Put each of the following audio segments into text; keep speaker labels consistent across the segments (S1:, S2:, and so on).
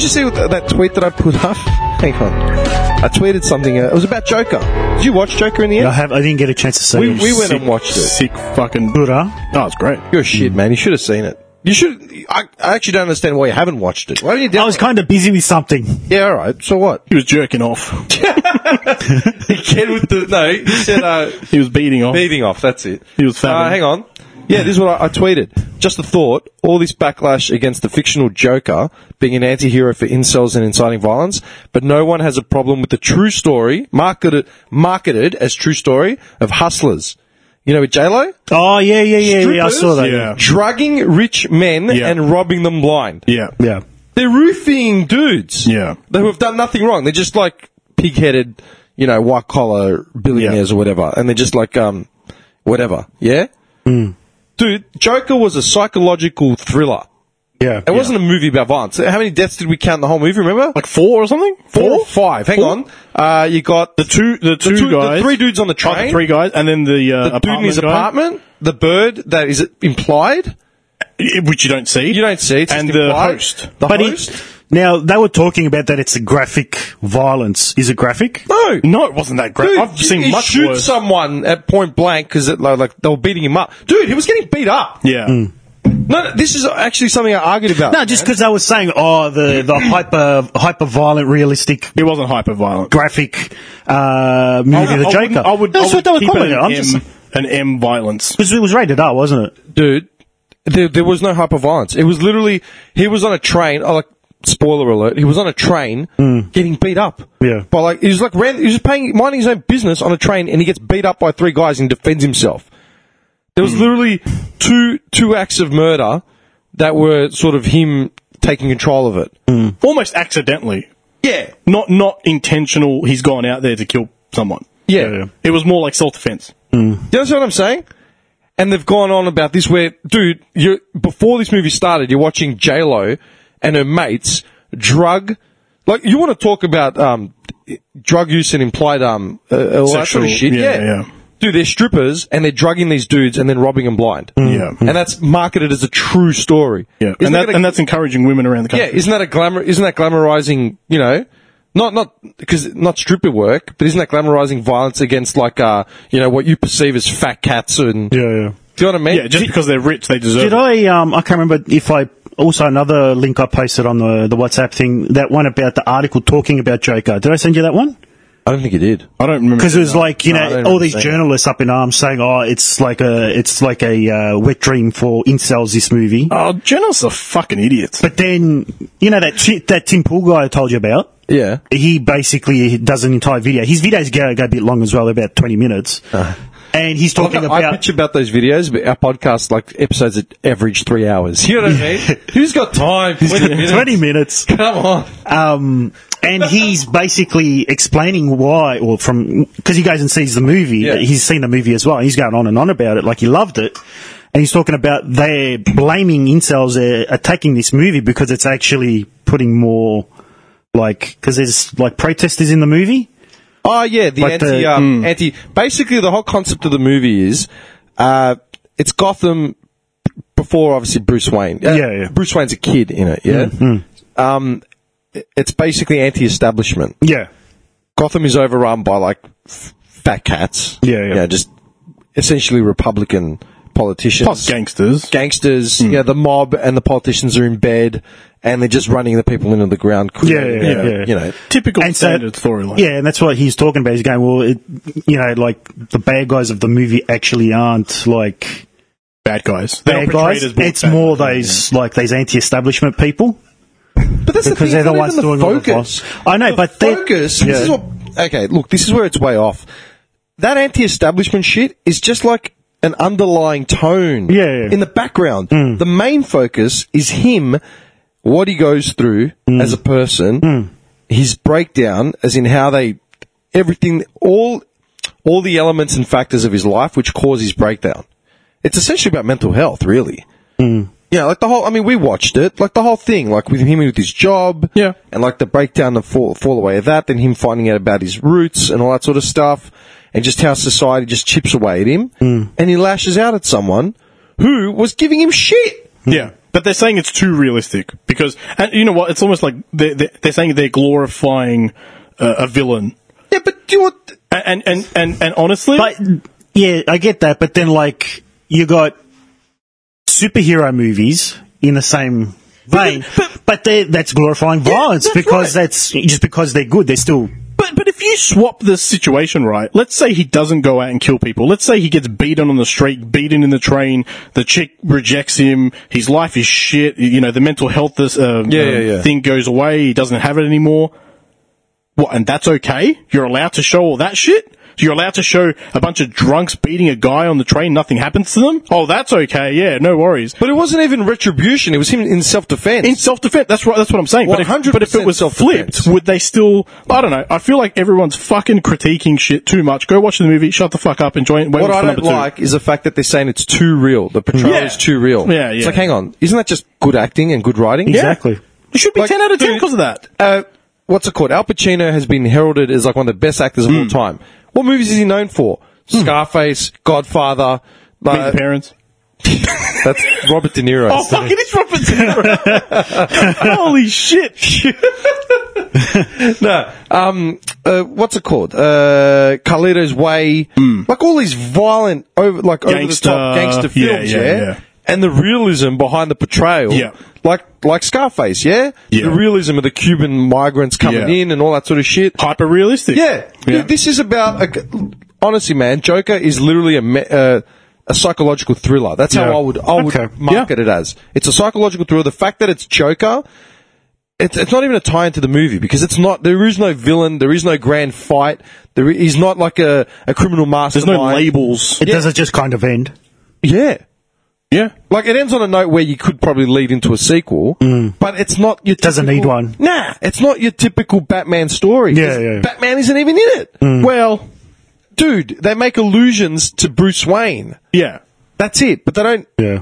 S1: see that, that tweet that I put up? Hang on. I tweeted something. Uh, it was about Joker. Did you watch Joker in the
S2: I
S1: end?
S2: have. I didn't get a chance to see.
S1: We-
S2: it.
S1: we went
S2: Sick-
S1: and watched it.
S3: Sick fucking
S2: Buddha.
S3: Oh, it's great.
S1: You're shit, man. You should have seen it. You should. I, I actually don't understand why you haven't watched it. Why don't you?
S2: I
S1: download
S2: was
S1: it?
S2: kind of busy with something.
S1: yeah, all right. So what?
S3: He was jerking off.
S1: Get with the no. He said uh,
S3: He was beating off.
S1: beating off. That's it.
S3: He was fat.
S1: Uh, hang on. Yeah, this is what I, I tweeted. Just a thought. All this backlash against the fictional Joker being an anti-hero for incels and inciting violence, but no one has a problem with the true story marketed marketed as true story of hustlers. You know, with J Lo,
S2: Oh yeah, yeah, yeah, yeah. I
S1: Strippers?
S2: saw that.
S3: Yeah.
S1: drugging rich men
S3: Yeah.
S1: and robbing them blind.
S3: Yeah.
S2: yeah.
S1: They're roofing dudes.
S3: Yeah.
S1: who have done nothing wrong. They're just like pig-headed, you know, white-collar billionaires or whatever, and they're just like, um, whatever. Yeah,
S3: Mm.
S1: dude, Joker was a psychological thriller.
S2: yeah.
S1: It wasn't a movie about violence. How many deaths did we count in the whole movie? Remember,
S3: Like four or something?
S1: four, or five. Hang
S3: Four?
S1: on, uh, you got
S3: The two, the two,
S1: the two- the
S3: guys.
S1: three dudes on the
S3: Oh, the
S1: train,
S3: three guys, and then the, uh,
S1: the dude in
S3: apartment
S1: his
S3: guy,
S1: apartment, the bird that is implied.
S3: i- which you don't see.
S1: You don't see, it's
S3: and
S1: just
S3: the
S1: implied.
S3: host.
S1: The
S2: But
S1: host.
S2: it, now they were talking about that. It's a graphic violence. Is it graphic?
S1: no,
S3: No, it wasn't that great.
S1: Dude,
S3: I've seen
S1: he
S3: much
S1: shoot
S3: worse.
S1: someone at point blank because like, like they were beating him up. Dude, he was getting beat up.
S3: yeah.
S2: Hmm.
S1: No, no, this is actually something I argued about.
S2: No, just because they were saying, oh, the the hyper hyper violent, realistic,
S3: It wasn't hyper violent.
S2: graphic uh, movie,
S3: I,
S2: The
S3: I
S2: Joker.
S3: wouldn't- I would,
S2: That's
S3: I
S2: what
S3: would
S2: they were
S3: keep it
S2: calling it.
S3: an
S2: I'm
S3: M,
S2: just
S3: an M violence.
S2: because it was rated R, wasn't it?
S1: dude, there, there was no hyperviolence. It was literally he was on a train. Oh, like spoiler alert, he was on a train
S3: Mm.
S1: getting beat up.
S2: Yeah.
S1: by like he was like ran, he was paying minding his own business on a train, and he gets beat up by three guys and defends himself. There
S3: Mm.
S1: was literally two two acts of murder that were sort of him taking control of it.
S3: Mm. Almost accidentally.
S1: Yeah,
S3: Not, not intentional. He's gone out there to kill someone.
S1: yeah.
S3: It was more like self defense.
S1: Do you understand what I'm saying? And they've gone on about this where, dude, you before this movie started, you're watching J Lo and her mates drug, like you want to talk about um, drug use and implied um, uh, all that sort
S3: Sexual-
S1: of shit,
S3: yeah,
S1: yeah,
S3: yeah.
S1: Dude, they're strippers and they're drugging these dudes and then robbing them blind.
S3: Mm. Yeah.
S1: And that's marketed as a true story.
S3: Yeah.
S1: Isn't
S3: And, that,
S1: gonna-
S3: and that's encouraging women around the
S1: yeah,
S3: country.
S1: isn't that a glamour? Isn't that glamorizing? You know, not not because not stripper work, but isn't that glamorizing violence against like uh you know what you perceive as fat cats and
S2: Yeah, yeah.
S1: do you know what I mean?
S3: Yeah, just because they're rich, they deserve
S2: Did
S3: it.
S2: I? Um, I can't remember if I. Also, another link I posted on the, the WhatsApp thing, that one about the article talking about Joker. Did I send you that one?
S1: I don't think he did.
S3: I don't remember.
S2: Because it was like you
S1: No, I
S2: know
S1: don't
S2: all
S1: remember
S2: these
S1: seeing it.
S2: journalists up in arms saying, "Oh, it's like a it's like a uh, wet dream for incels." This movie,
S3: Oh, journalists are fucking idiots.
S2: but then you know that chi- that Tim Pool guy I told you about.
S1: Yeah,
S2: He basically does an entire video. His videos go, go a bit long as well, about twenty minutes,
S1: Uh.
S2: and he's talking
S1: Look, I
S2: about
S1: bitch about those videos, but our podcast like episodes that average three hours. You know what I mean? Who's got time? Twenty minutes.
S2: twenty minutes.
S1: Come on.
S2: Um, and he's basically explaining why, or from because he goes and sees the movie.
S1: Yeah.
S2: He's seen the movie as well. and He's going on and on about it, like he loved it. And he's talking about they're blaming incels are attacking this movie because it's actually putting more, like, because there's like protesters in the movie.
S1: Oh yeah, the
S2: Like
S1: anti,
S2: the- hmm.
S1: um, anti. Basically, the whole concept of the movie is, uh, it's Gotham before obviously Bruce Wayne. Uh,
S2: Yeah, yeah. Hmm,
S1: Bruce Wayne's a kid in it. Yeah. Um, it- it's basically anti-establishment.
S2: Yeah,
S1: Gotham is overrun by like f- fat cats.
S2: Yeah, yeah.
S1: You know, just essentially Republican politicians.
S3: Plus gangsters.
S1: Gangsters,
S2: Hmm.
S1: you know, the mob and the politicians are in bed and they're just running the people into the ground. creating,
S2: yeah,
S1: you know,
S2: yeah.
S1: You know,
S3: Typical
S2: And so-
S3: standard storyline.
S2: yeah, and that's what he's talking about. He's going, well, it, you know, like the bad guys of the movie actually aren't like
S3: Bad guys. They are
S2: bad
S3: portrayed
S2: guys.
S3: as bad
S2: It's
S3: guys.
S2: more those like these anti-establishment people.
S1: But that's
S2: Because
S1: the
S2: they're
S1: thing,
S2: the
S1: it's not
S2: ones
S1: even
S2: doing all the
S1: focus.
S2: boss. I know,
S1: The
S2: but they-
S1: focus.
S2: Yeah.
S1: This is what. Okay, look, this is where it's way off. That anti-establishment shit is just like an underlying tone.
S2: Yeah, yeah. Mm.
S1: In the background, the main focus is him, what he goes through
S2: Mm.
S1: as a person, his breakdown, as in how they, everything, all, all the elements and factors of his life which cause his breakdown. It's essentially about mental health, really. Yeah, like the whole. I mean, we watched it. Like the whole thing, like with him with his job.
S3: Yeah.
S1: and like the breakdown, the fall, fall away of that, then him finding out about his roots and all that sort of stuff, and just how society just chips away at him, and he lashes out at someone who was giving him shit.
S3: Yeah. But they're saying it's too realistic because, and you know what? It's almost like they're, they're, they're saying they're glorifying uh, a villain.
S1: Yeah, but do you want?
S3: And and and and honestly,
S2: But yeah, I get that. But then, like, you got superhero movies in the same vein, but, they, that's glorifying violence
S3: that's
S2: because that's just because they're good. They're still
S3: But but if you swap the situation right, let's say he doesn't go out and kill people. Let's say he gets beaten on the street, beaten in the train. The chick rejects him. His life is shit. You know, the mental health this, uh,
S1: Yeah,
S3: uh,
S1: yeah, yeah.
S3: thing goes away. He doesn't have it anymore. What? And that's okay. You're allowed to show all that shit. You're allowed to show a bunch of drunks beating a guy on the train. Nothing happens to them. Oh, that's okay. Yeah, no worries.
S1: But it wasn't even retribution. It was him in self defense.
S3: In self defense, that's right. That's what I'm saying. But if,
S1: 100%
S3: but if it was
S1: self-defense.
S3: flipped, would they still? I don't know. I feel like everyone's fucking critiquing shit too much. Go watch the movie. Shut the fuck up. Enjoy it. Wait
S1: what
S3: for
S1: I
S3: number
S1: don't like is the fact that they're saying it's too real. The portrayal
S3: Yeah.
S1: is too real.
S3: Yeah,
S1: It's
S3: yeah.
S1: like, hang on, isn't that just good acting and good writing?
S2: exactly.
S3: Two. It should be
S1: Like,
S3: ten out of ten
S1: dude-
S3: because of that.
S1: Uh, what's it called? Al Pacino has been heralded as like one of the best actors of
S3: Mm.
S1: all time. What movies is he known for?
S3: Hmm.
S1: Scarface, Godfather.
S3: Meet
S1: Like,
S3: the parents.
S1: that's Robert De Niro.
S3: Oh fuck! It is Robert De Niro. Holy shit!
S1: no. Um, uh, what's it called? Uh, Carlito's Way. Like all these violent, over, like over the
S3: Hmm. Gangster-
S1: top gangster
S3: yeah,
S1: films, yeah,
S3: yeah, yeah.
S1: And the realism behind the portrayal,
S3: Yeah.
S1: like like Scarface, yeah?
S3: Yeah.
S1: The realism of the Cuban migrants coming
S3: Yeah.
S1: in and all that sort of shit.
S3: Hyper realistic.
S1: Yeah,
S3: Yeah.
S1: Dude, this is about a, g- honestly, man. Joker is literally a me- uh, a psychological thriller. That's how
S2: Yeah.
S1: I would I would
S2: Okay.
S1: market it as. It's a psychological thriller. The fact that it's Joker, it's it's not even a tie into the movie because it's not. There is no villain. There is no grand fight. There is he's not like a, a criminal
S3: There's
S1: mastermind.
S3: no labels.
S2: It doesn't just kind of end.
S1: Yeah.
S3: Yeah.
S1: Like it ends on a note where you could probably lead into a sequel, but it's not your
S2: Mm. Doesn't need
S1: typical-
S2: one.
S1: Nah, it's not your typical Batman story.
S2: Yeah,
S1: 'cause
S2: yeah. Mm.
S1: Batman isn't even in it.
S3: Well.
S1: dude, they make allusions to Bruce Wayne.
S3: Yeah.
S1: That's it. But they don't.
S2: Yeah.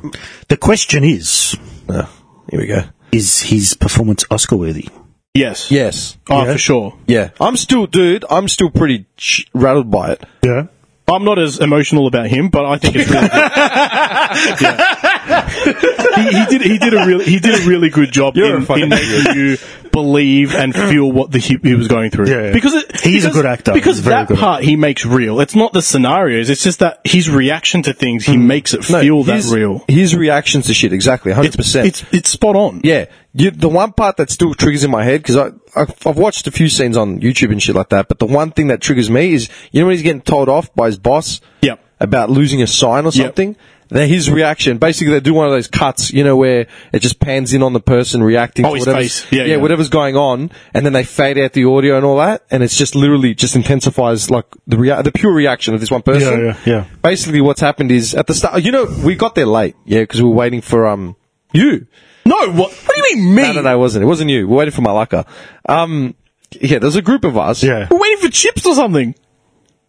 S2: The question is,
S1: Oh, here we go.
S2: is his performance Oscar worthy?
S3: Yes.
S1: Yes.
S3: Oh,
S2: Yeah.
S3: for sure.
S1: Yeah. I'm still, dude. I'm still pretty ch- rattled by it.
S2: Yeah.
S3: I'm not as emotional about him, but I think it's really good. Yeah. he, he did he did a really he did a really good job
S1: You're a
S3: in,
S1: fucking
S3: in making you believe and feel what the he, he was going through.
S2: Yeah, yeah.
S3: Because it,
S2: He's a
S3: because-
S2: good actor.
S3: Because
S2: He's a very
S3: that
S2: good
S3: part he makes real. It's not the scenarios. It's just that his reaction to things he makes it feel that
S1: Hmm. his,
S3: real.
S1: His reactions to shit. Exactly. Hundred percent.
S3: It's it's spot on.
S1: Yeah. You, the one part that still triggers in my head, because I, I've, I've watched a few scenes on YouTube and shit like that, but the one thing that triggers me is, you know when he's getting told off by his boss?
S3: Yep.
S1: About losing a sign or
S3: Yep.
S1: something? That his reaction, basically they do one of those cuts, you know, where it just pans in on the person reacting
S3: Oh,
S1: to
S3: his
S1: whatever's,
S3: face. Yeah, yeah.
S1: whatever's going on, and then they fade out the audio and all that, and it's just literally just intensifies like the rea- the pure reaction of this one person.
S2: yeah, yeah.
S1: Basically what's happened is at the start, you know, we got there late, yeah, because we were waiting for, um, you.
S3: No, what what do you mean me?
S1: No, no, no, it wasn't. It wasn't you. We're waiting for Malaka. Um, yeah, there's a group of us.
S2: Yeah.
S3: We're waiting for chips or something.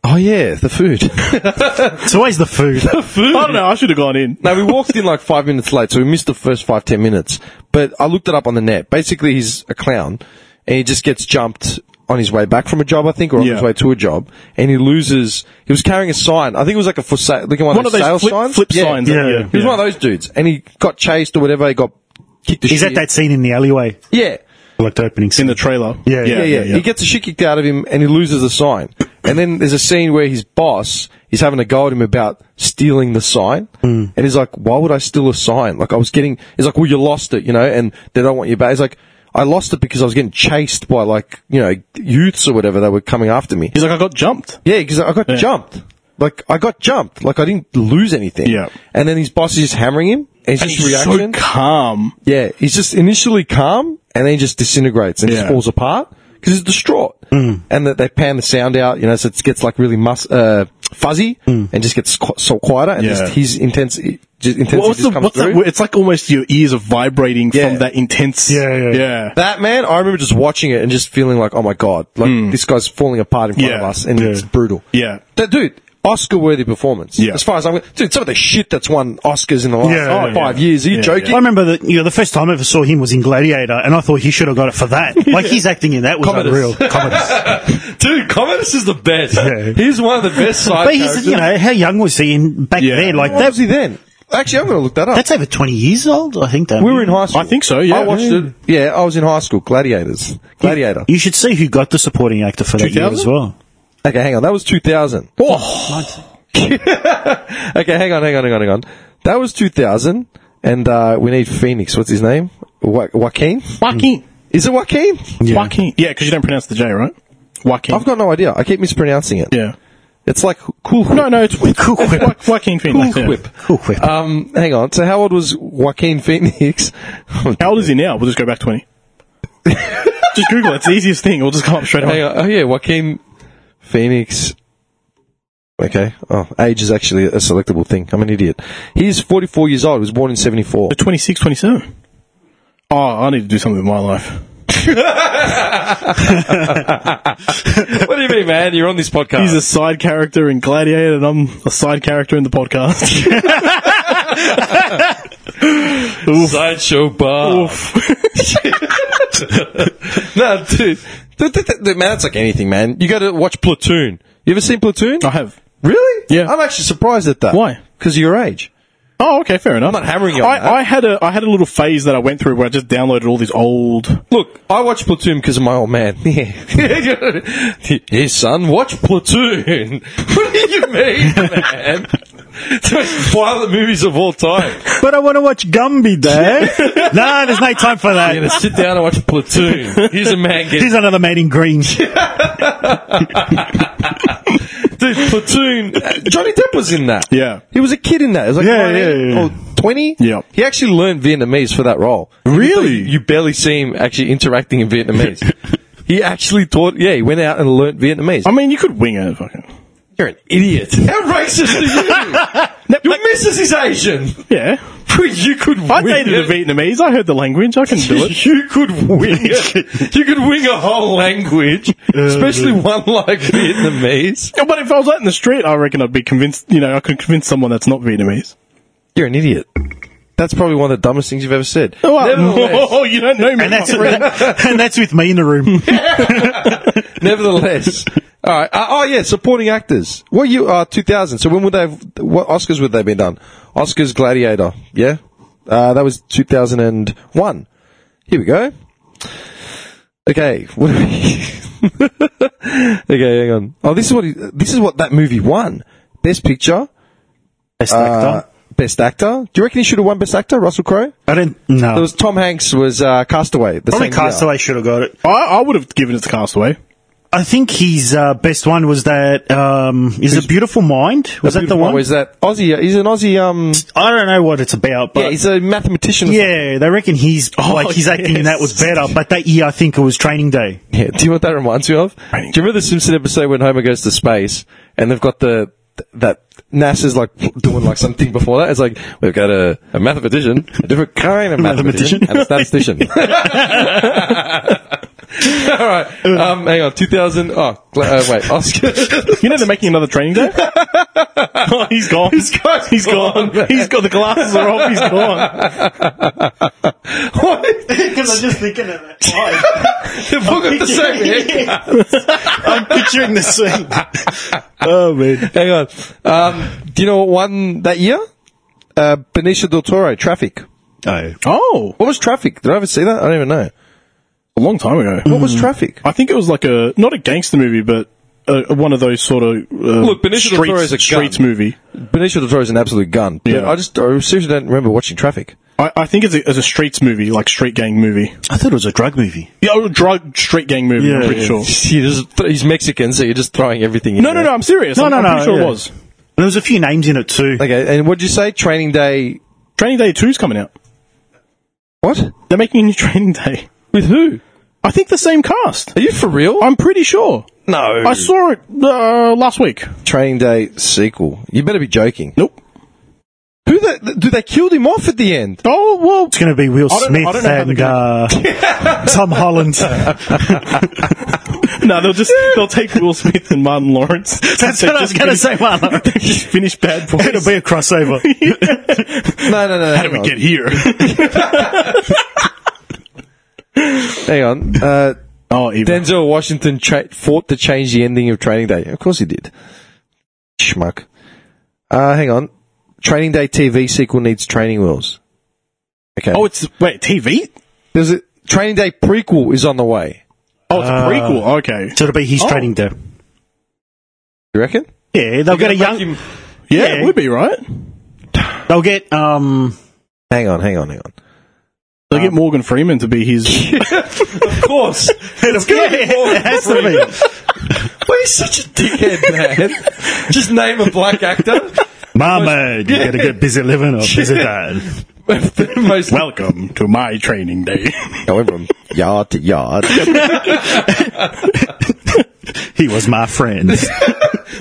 S1: Oh yeah, the food.
S2: It's always the food.
S3: I don't know, I should have gone in.
S1: now we walked in like five minutes late, so we missed the first five ten minutes. But I looked it up on the net. Basically, he's a clown, and he just gets jumped on his way back from a job, I think, or on
S3: Yeah.
S1: his way to a job, and he loses. He was carrying a sign. I think it was like a for sale, like one,
S3: One
S1: those
S3: of those
S1: sales
S3: flip,
S1: signs.
S3: flip
S1: Yeah.
S3: signs.
S2: Yeah, yeah.
S1: He was one of those dudes, and he got chased or whatever. He got kicked. The
S2: He's
S1: shit.
S2: at that scene in the alleyway,
S1: Yeah.
S2: like the opening
S3: in
S2: scene.
S3: the trailer.
S2: Yeah,
S1: yeah, yeah, He gets the shit kicked out of him and he loses the sign. And then there's a scene where his boss is having a go at him about stealing the sign. Mm. And he's like, why would I steal a sign? Like, I was getting, he's like, well, you lost it, you know, and they don't want you back. He's like, I lost it because I was getting chased by like, you know, youths or whatever that were coming after me.
S3: He's like, I got jumped.
S1: Yeah, because I got jumped. Like, I got jumped. Like, I didn't lose anything.
S3: Yeah.
S1: And then his boss is just hammering him. And his
S3: He's so
S1: reaction.
S3: calm.
S1: Yeah, he's just initially calm and then he just disintegrates and just
S3: Yeah.
S1: falls apart because he's distraught. Mm. And that they pan the sound out, you know, so it gets like really mus- uh, fuzzy and just gets qu- so quieter and
S3: Yeah.
S1: just his intense just intensity
S3: Well, what's
S1: just
S3: the,
S1: comes
S3: what's that,
S1: through.
S3: word? it's like almost your ears are vibrating
S1: Yeah.
S3: from that intense.
S2: Yeah, yeah, yeah.
S1: that man, I remember just watching it and just feeling like, oh my god, like this guy's falling apart in front
S3: Yeah.
S1: of us and
S2: Yeah.
S1: it's brutal.
S3: Yeah.
S1: That dude, Oscar worthy performance.
S3: Yeah.
S1: As far as I'm, dude, some of the shit that's won Oscars in the last
S2: Yeah,
S1: oh,
S2: yeah,
S1: five
S3: yeah.
S1: years. Are you
S3: Yeah,
S1: joking?
S2: I remember that you know the first time I ever saw him was in Gladiator, and I thought he should have got it for that. Like his acting in that was
S1: Commodus.
S2: unreal. Commodus.
S1: Dude, Commodus is the best.
S2: Yeah.
S1: He's one of the best side
S2: But he's you know how young was he in back
S3: Yeah.
S2: then? Like
S1: How old
S2: that
S1: was he then? Actually, I'm going to look that up.
S2: That's over 20 years old, I think. That
S1: we were in high school.
S3: I think so, yeah.
S1: I watched it. Yeah, I was in high school. Gladiators. Gladiator.
S2: You should see who got the supporting actor for that year
S3: 2000?
S2: as well.
S1: Okay, hang on. That was 2000. Okay, hang on, hang on, hang on, hang on. That was 2000, and uh, we need Phoenix. What's his name? Wa- Joaquin?
S3: Joaquin.
S1: Is it Joaquin?
S2: Mm. Yeah.
S3: Joaquin. Yeah, because you don't pronounce the J, right? Joaquin.
S1: I've got no idea. I keep mispronouncing it.
S3: Yeah.
S1: It's like cool.
S3: No, no, it's
S2: Cool whip.
S3: Jo- Joaquin Phoenix.
S1: Cool
S3: yeah.
S1: whip.
S2: Cool whip.
S1: Um, hang on. So how old was Joaquin Phoenix?
S3: How old is he now? We'll just go back 20. just Google it. It's the easiest thing. We'll just come up straight
S1: Hang
S3: away.
S1: on. Oh yeah, Joaquin Phoenix. Okay. Oh, age is actually a selectable thing. I'm an idiot. He's 44 years old. He was born in 74.
S3: So 26, 27. Oh, I need to do something with my life.
S1: what do you mean, man? You're on this podcast.
S3: He's a side character in Gladiator, and I'm a side character in the podcast.
S1: sideshow bar. no, dude. Th- th- th- Man, that's like anything, man. You got to watch Platoon. You ever seen Platoon?
S3: I have.
S1: Really?
S3: Yeah.
S1: I'm actually surprised at that.
S3: Why?
S1: Because of your age.
S3: Oh, okay, fair
S1: I'm
S3: enough.
S1: not hammering you on
S3: I,
S1: that.
S3: I had a I had a little phase that I went through where I just downloaded all these old.
S1: Look, I watch Platoon because of my old man. Yeah. hey, son, watch Platoon. what do you mean, man? It's the most violent movies of all time.
S2: But I want to watch Gumby, Dad. no, there's no time for
S1: You're going
S2: that.
S1: to sit down and watch Platoon. Here's a man getting
S2: Here's another man in green.
S1: Dude, Platoon. Uh, Johnny Depp was in that.
S3: Yeah.
S1: He was a kid in that. It was like
S2: Yeah,
S1: 19
S2: yeah, yeah.
S1: or 20.
S3: Yeah.
S1: He actually learned Vietnamese for that role.
S3: Really?
S1: You barely see him actually interacting in Vietnamese. he actually taught, yeah, he went out and learned Vietnamese.
S3: I mean, you could wing it, fucking.
S1: You're an idiot. How racist are you? Your missus is Asian.
S3: Yeah,
S1: you could win
S3: I dated a
S1: it.
S3: Vietnamese. I heard the language. I can do it.
S1: You could wing it. You could wing a whole language, especially one like Vietnamese.
S3: Yeah, But if I was out in the street, I reckon I'd be convinced. You know, I could convince someone that's not Vietnamese.
S1: You're an idiot. That's probably one of the dumbest things you've ever said. Nevertheless,
S3: Oh, you don't know me.
S2: And that's,
S3: my friend.
S2: and that's with me in the
S1: Uh,
S2: room.
S1: nevertheless. All right. Uh, oh yeah, supporting actors. What you uh, 2000? So when would they? Have, what Oscars would they have been done? Oscars Gladiator. Yeah, uh, that was 2001. Here we go. Okay. What do we- okay, hang on. Oh, this is what he, this is what that movie won. Best picture.
S2: Best
S1: Uh,
S2: actor.
S1: best actor. Do you reckon he should have won Best Actor? Russell Crowe.
S2: I don't
S1: There
S2: know.
S1: was Tom Hanks was uh, Castaway. The
S2: Probably
S1: same year.
S2: Castaway should have got it.
S3: I, I would have given it to Castaway.
S2: I think his uh, best one was that. Um, is it Beautiful Mind? Was that the one?
S1: What was that Aussie? He's an Aussie. Um,
S2: I don't know what it's about,
S1: yeah,
S2: but
S1: he's a mathematician. or
S2: yeah, they reckon he's oh,
S3: Oh,
S2: like his acting in that was better. But that year, I think it was Training Day.
S1: Yeah, do you know what that reminds me of? Do you remember the Simpson episode when Homer goes to space and they've got the that NASA's like doing like something before that? It's like we've got a, a mathematician, a different kind of mathematician,
S2: Mathematician.
S1: and a statistician. All right, um, hang on, two thousand. Oh, gla- uh, wait, Oscar.
S3: You know they're making another training day. oh, he's gone. He's gone. He's gone.
S1: gone, man.
S3: he's got the glasses are off. He's gone.
S2: Because I'm just thinking of that.
S1: They've all got the same haircut.
S2: I'm picturing the scene. oh man,
S1: Hang on. Um, do you know what won that year? Uh, Benicio del Toro, Traffic.
S2: no.
S3: Oh,
S1: What was Traffic? Did I ever see that? I don't even know.
S3: a long time ago.
S1: What was Traffic?
S3: I think it was like a not a gangster movie, but uh, one of those sort of uh,
S1: Look, Benicio del
S3: streets,
S1: Toro is a gun.
S3: streets movie.
S1: Benicio del Toro is an absolute gun. But
S3: Yeah.
S1: I just I seriously don't remember watching Traffic.
S3: I, I think it's a, it's a streets movie, like street gang movie.
S2: I thought it was a drug movie.
S3: Yeah, oh, drug street gang movie. I'm
S2: Yeah,
S3: pretty
S2: yeah.
S3: sure.
S1: You just- he's Mexican, so you're just throwing everything. in
S3: No, no, no.
S1: there.
S3: I'm serious.
S2: No,
S3: I'm,
S2: no,
S3: I'm
S2: no.
S3: pretty sure
S2: yeah.
S3: it was.
S2: There was a few names in it too.
S1: Okay, and what did you say? Training Day.
S3: Training Day Two's coming out.
S1: What?
S3: They're making a new Training Day.
S1: With who?
S3: I think the same cast.
S1: Are you for real?
S3: I'm pretty sure.
S1: no.
S3: I saw it uh, last week.
S1: Training Day sequel. You better be joking.
S3: Nope.
S1: Who the, do they killed him off at the end?
S3: Oh well,
S2: It's going to be Will
S3: I don't- I
S2: Smith
S3: don't know how
S2: and uh, Tom Holland.
S3: no, they'll just they'll take Will Smith and Martin Lawrence.
S2: That's what I was going to say, Marlon.
S3: Just finish Bad Boys.
S2: It'll be a crossover.
S1: No, no, no.
S3: How did we get here?
S1: Hang on. Uh,
S3: oh, even.
S1: Denzel Washington tra- fought to change the ending of Training Day. Of course he did. Schmuck. Uh, hang on. Training Day TV sequel needs training wheels. Okay.
S3: Oh, it's wait TV.
S1: there's a Training Day prequel is on the way.
S3: Oh, it's a prequel. Okay.
S2: So it'll be his
S3: Oh.
S2: training day.
S1: You reckon?
S2: Yeah, they'll get a young.
S3: Yeah,
S2: Yeah.
S3: it would be right.
S2: They'll get um.
S1: Hang on, hang on, hang on.
S3: They'll get Morgan Freeman to be his.
S1: Of course. it's
S2: Yeah, it has to be.
S1: Why are you such a dickhead, man? Just name a black actor.
S2: Marmaid, you gotta get busy living or busy dying.
S1: Most
S3: Welcome to my training day.
S1: going from yard to yard.
S2: He was my friend.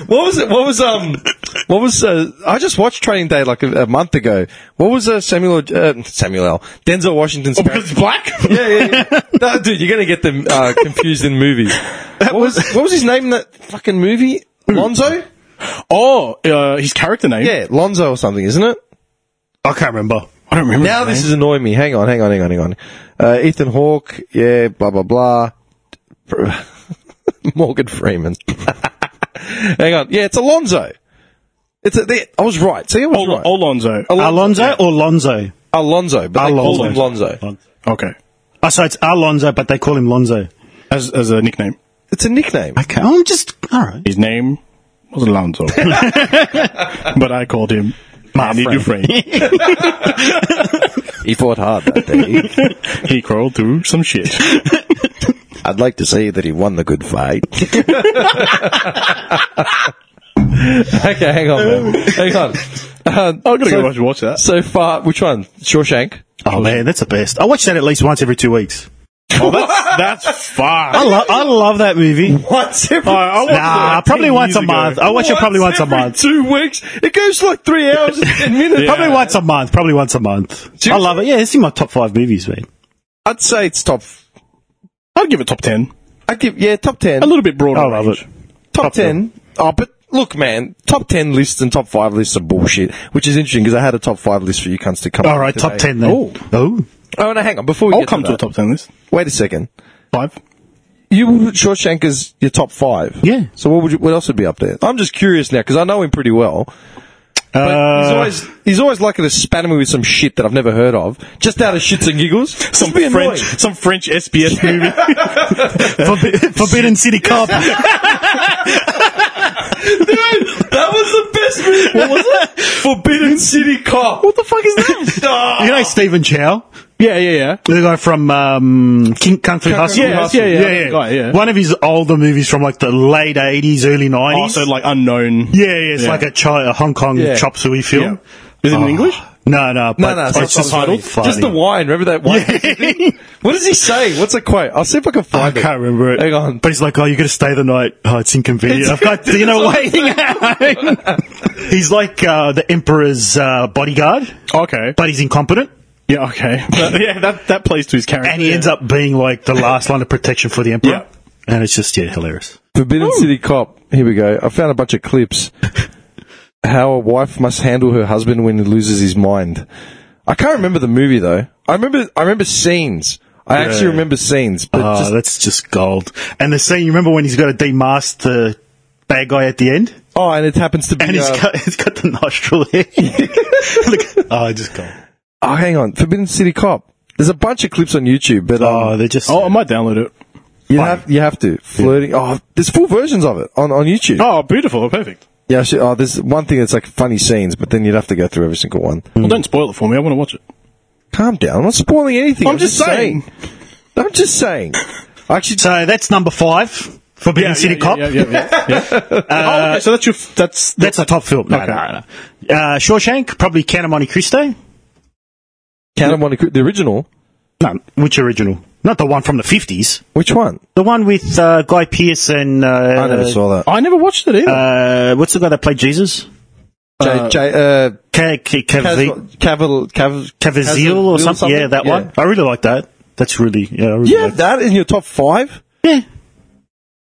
S1: What was it? What was um? What was uh? I just watched Training Day like a, a month ago. What was uh, Samuel uh, Samuel L. Denzel Washington's?
S3: because it's black.
S1: Oh, yeah, yeah, yeah. No, dude, you're gonna get them uh, confused in movies. What was what was his name in that fucking movie? Lonzo?
S3: Oh, uh, his character name.
S1: Yeah, Lonzo or something, isn't it?
S2: I can't remember.
S3: I don't remember.
S1: Now
S3: his
S1: this
S3: name.
S1: is annoying me. Hang on, hang on, hang on, hang on. Uh, Ethan Hawke, yeah, blah blah blah. Morgan Freeman. hang on, yeah, it's Alonzo. It's a, they, I was right. See, I was
S3: Al-
S1: right.
S3: Alonzo.
S2: Alonso or Lonzo?
S1: Alonzo, but they call
S2: Alonzo.
S1: him Lonzo.
S3: Uh, okay,
S2: Oh, so it's Alonso, but they call him Lonzo.
S3: as as a nickname.
S1: It's a nickname.
S2: Okay, I'm just alright.
S3: His name was Alonzo, but I called him Manny
S2: friend.
S3: Dufresne.
S1: He fought hard that day.
S3: He crawled through some shit.
S1: I'd like to say that he won the good fight. okay, hang on, man. Hang on. Uh,
S3: I'm gonna
S1: so,
S3: go watch, watch that.
S1: so far, which one? Shawshank.
S2: Oh man, that's the best. I watch that at least once every two weeks.
S3: Oh, that's that's far.
S2: I, lo- I love that movie.
S1: What's
S3: I- I watched it
S2: Nah,
S3: 10
S2: probably once
S3: years
S2: a
S3: ago.
S2: month. I watch it probably once a
S1: every
S2: month.
S1: Two weeks. It goes like three hours and ten minutes.
S2: Probably once a month. Probably once a month. I love it. Yeah, it's in my top five movies, man.
S1: I'd say it's top.
S3: I'd give it top ten.
S1: I give yeah, top ten.
S3: A little bit broader.
S2: I love
S3: range.
S2: it.
S1: top,
S2: top
S1: ten. Oh, but look, man, top ten lists and top five lists are bullshit. Which is interesting because I had a top five list for you cunts to come.
S2: All
S1: up
S2: right,
S1: with
S2: top
S1: today.
S2: ten then.
S3: Oh.
S2: oh.
S1: Oh no, hang on. Before we
S3: I'll
S1: get
S3: come
S1: to,
S3: to a
S1: that,
S3: top ten list.
S1: Wait a second.
S3: Five.
S1: You would- Shawshank is your top five.
S2: Yeah.
S1: So what would you, what else would be up there? I'm just curious now because I know him pretty well. But he's
S2: Uh,
S1: always he's always likely to spat at me with some shit that I've never heard of, just out of shits and giggles.
S3: Some
S1: Just be
S3: French,
S1: annoying.
S3: some French SBS movie.
S2: Forbi- Forbidden City Cop.
S1: That was the best movie. What was it?
S3: Hmm?
S1: Forbidden City Cop. What the fuck is that?
S2: you know Stephen Chow,
S3: yeah, yeah, yeah.
S2: the guy from um, King Country Hustle.
S1: Country Hustle.
S3: Yeah, yeah, yeah, that guy, yeah.
S2: One of his older movies from like the late eighties, early nineties.
S3: Also, Oh, like unknown.
S2: yeah, Oh, yeah, it's
S3: Yeah.
S2: like a, chi- a Hong Kong
S1: Yeah.
S2: chop suey film. Oh.
S3: Is it in English?
S2: No, no,
S1: No,
S2: but
S1: no,
S2: it's,
S1: it's
S2: just
S1: not
S2: titled.
S1: Just the wine. Remember that wine? what does he say? What's a quote? I'll see if I can
S2: I
S1: find it.
S2: can't remember it.
S1: Hang on.
S2: But he's like, oh, you got to stay the night. Oh, it's inconvenient. I've got, you know, waiting out. he's like uh, the Emperor's uh, bodyguard,
S3: Okay.
S2: but he's incompetent.
S3: Yeah, okay. But, yeah, that, that plays to his character.
S2: And he
S3: yeah.
S2: ends up being like the last line of protection for the Emperor. And it's just, yeah, hilarious.
S1: Forbidden City Cop. Here we go. I found a bunch of clips. How a wife must handle her husband when he loses his mind. I can't remember the movie though. I remember. I remember scenes. I actually remember scenes, but
S2: Oh,
S1: just
S2: that's just gold. And the scene, you remember when he's got to demask the bad guy at the end?
S1: oh, and it happens to be.
S2: And he's
S1: uh,
S2: got, he's got the nostril hair. Look, oh, just gold.
S1: oh, hang on, Forbidden City Cop. There's a bunch of clips on YouTube, but um,
S2: Oh, they're just.
S3: Oh, I might download it.
S1: You have you have to flirting. Oh, there's full versions of it on, on YouTube.
S3: Oh, beautiful. Perfect.
S1: Yeah, I should- oh, there's one thing that's like funny scenes, but then you'd have to go through every single one.
S3: Well, don't spoil it for me. I want to watch it.
S1: Calm down. I'm not spoiling anything.
S3: I'm just
S1: I'm just saying. I actually,
S2: so that's number five. Forbidden City Cop.
S3: Yeah, yeah, yeah. yeah. oh, okay, so that's your. f- That's.
S2: That's a top film. No,
S3: Okay.
S2: no, no. Uh, Shawshank, probably Count of Monte Cristo.
S1: Count of Monte Cri- the original.
S2: No, which original? Not the one from the fifties.
S1: Which one?
S2: The one with uh, Guy Pearce and uh,
S1: I never saw that.
S3: I never watched it either.
S2: uh, what's the guy that played Jesus?
S1: J, J, uh,
S2: Ca- ca- Cavi-
S1: Cavill, Cavill, Cav-
S2: Caviezel
S1: Cavill
S2: or something? Yeah, that one. I really like that. That's really yeah. I really
S1: Yeah,
S2: like-
S1: that in your top five.
S2: yeah.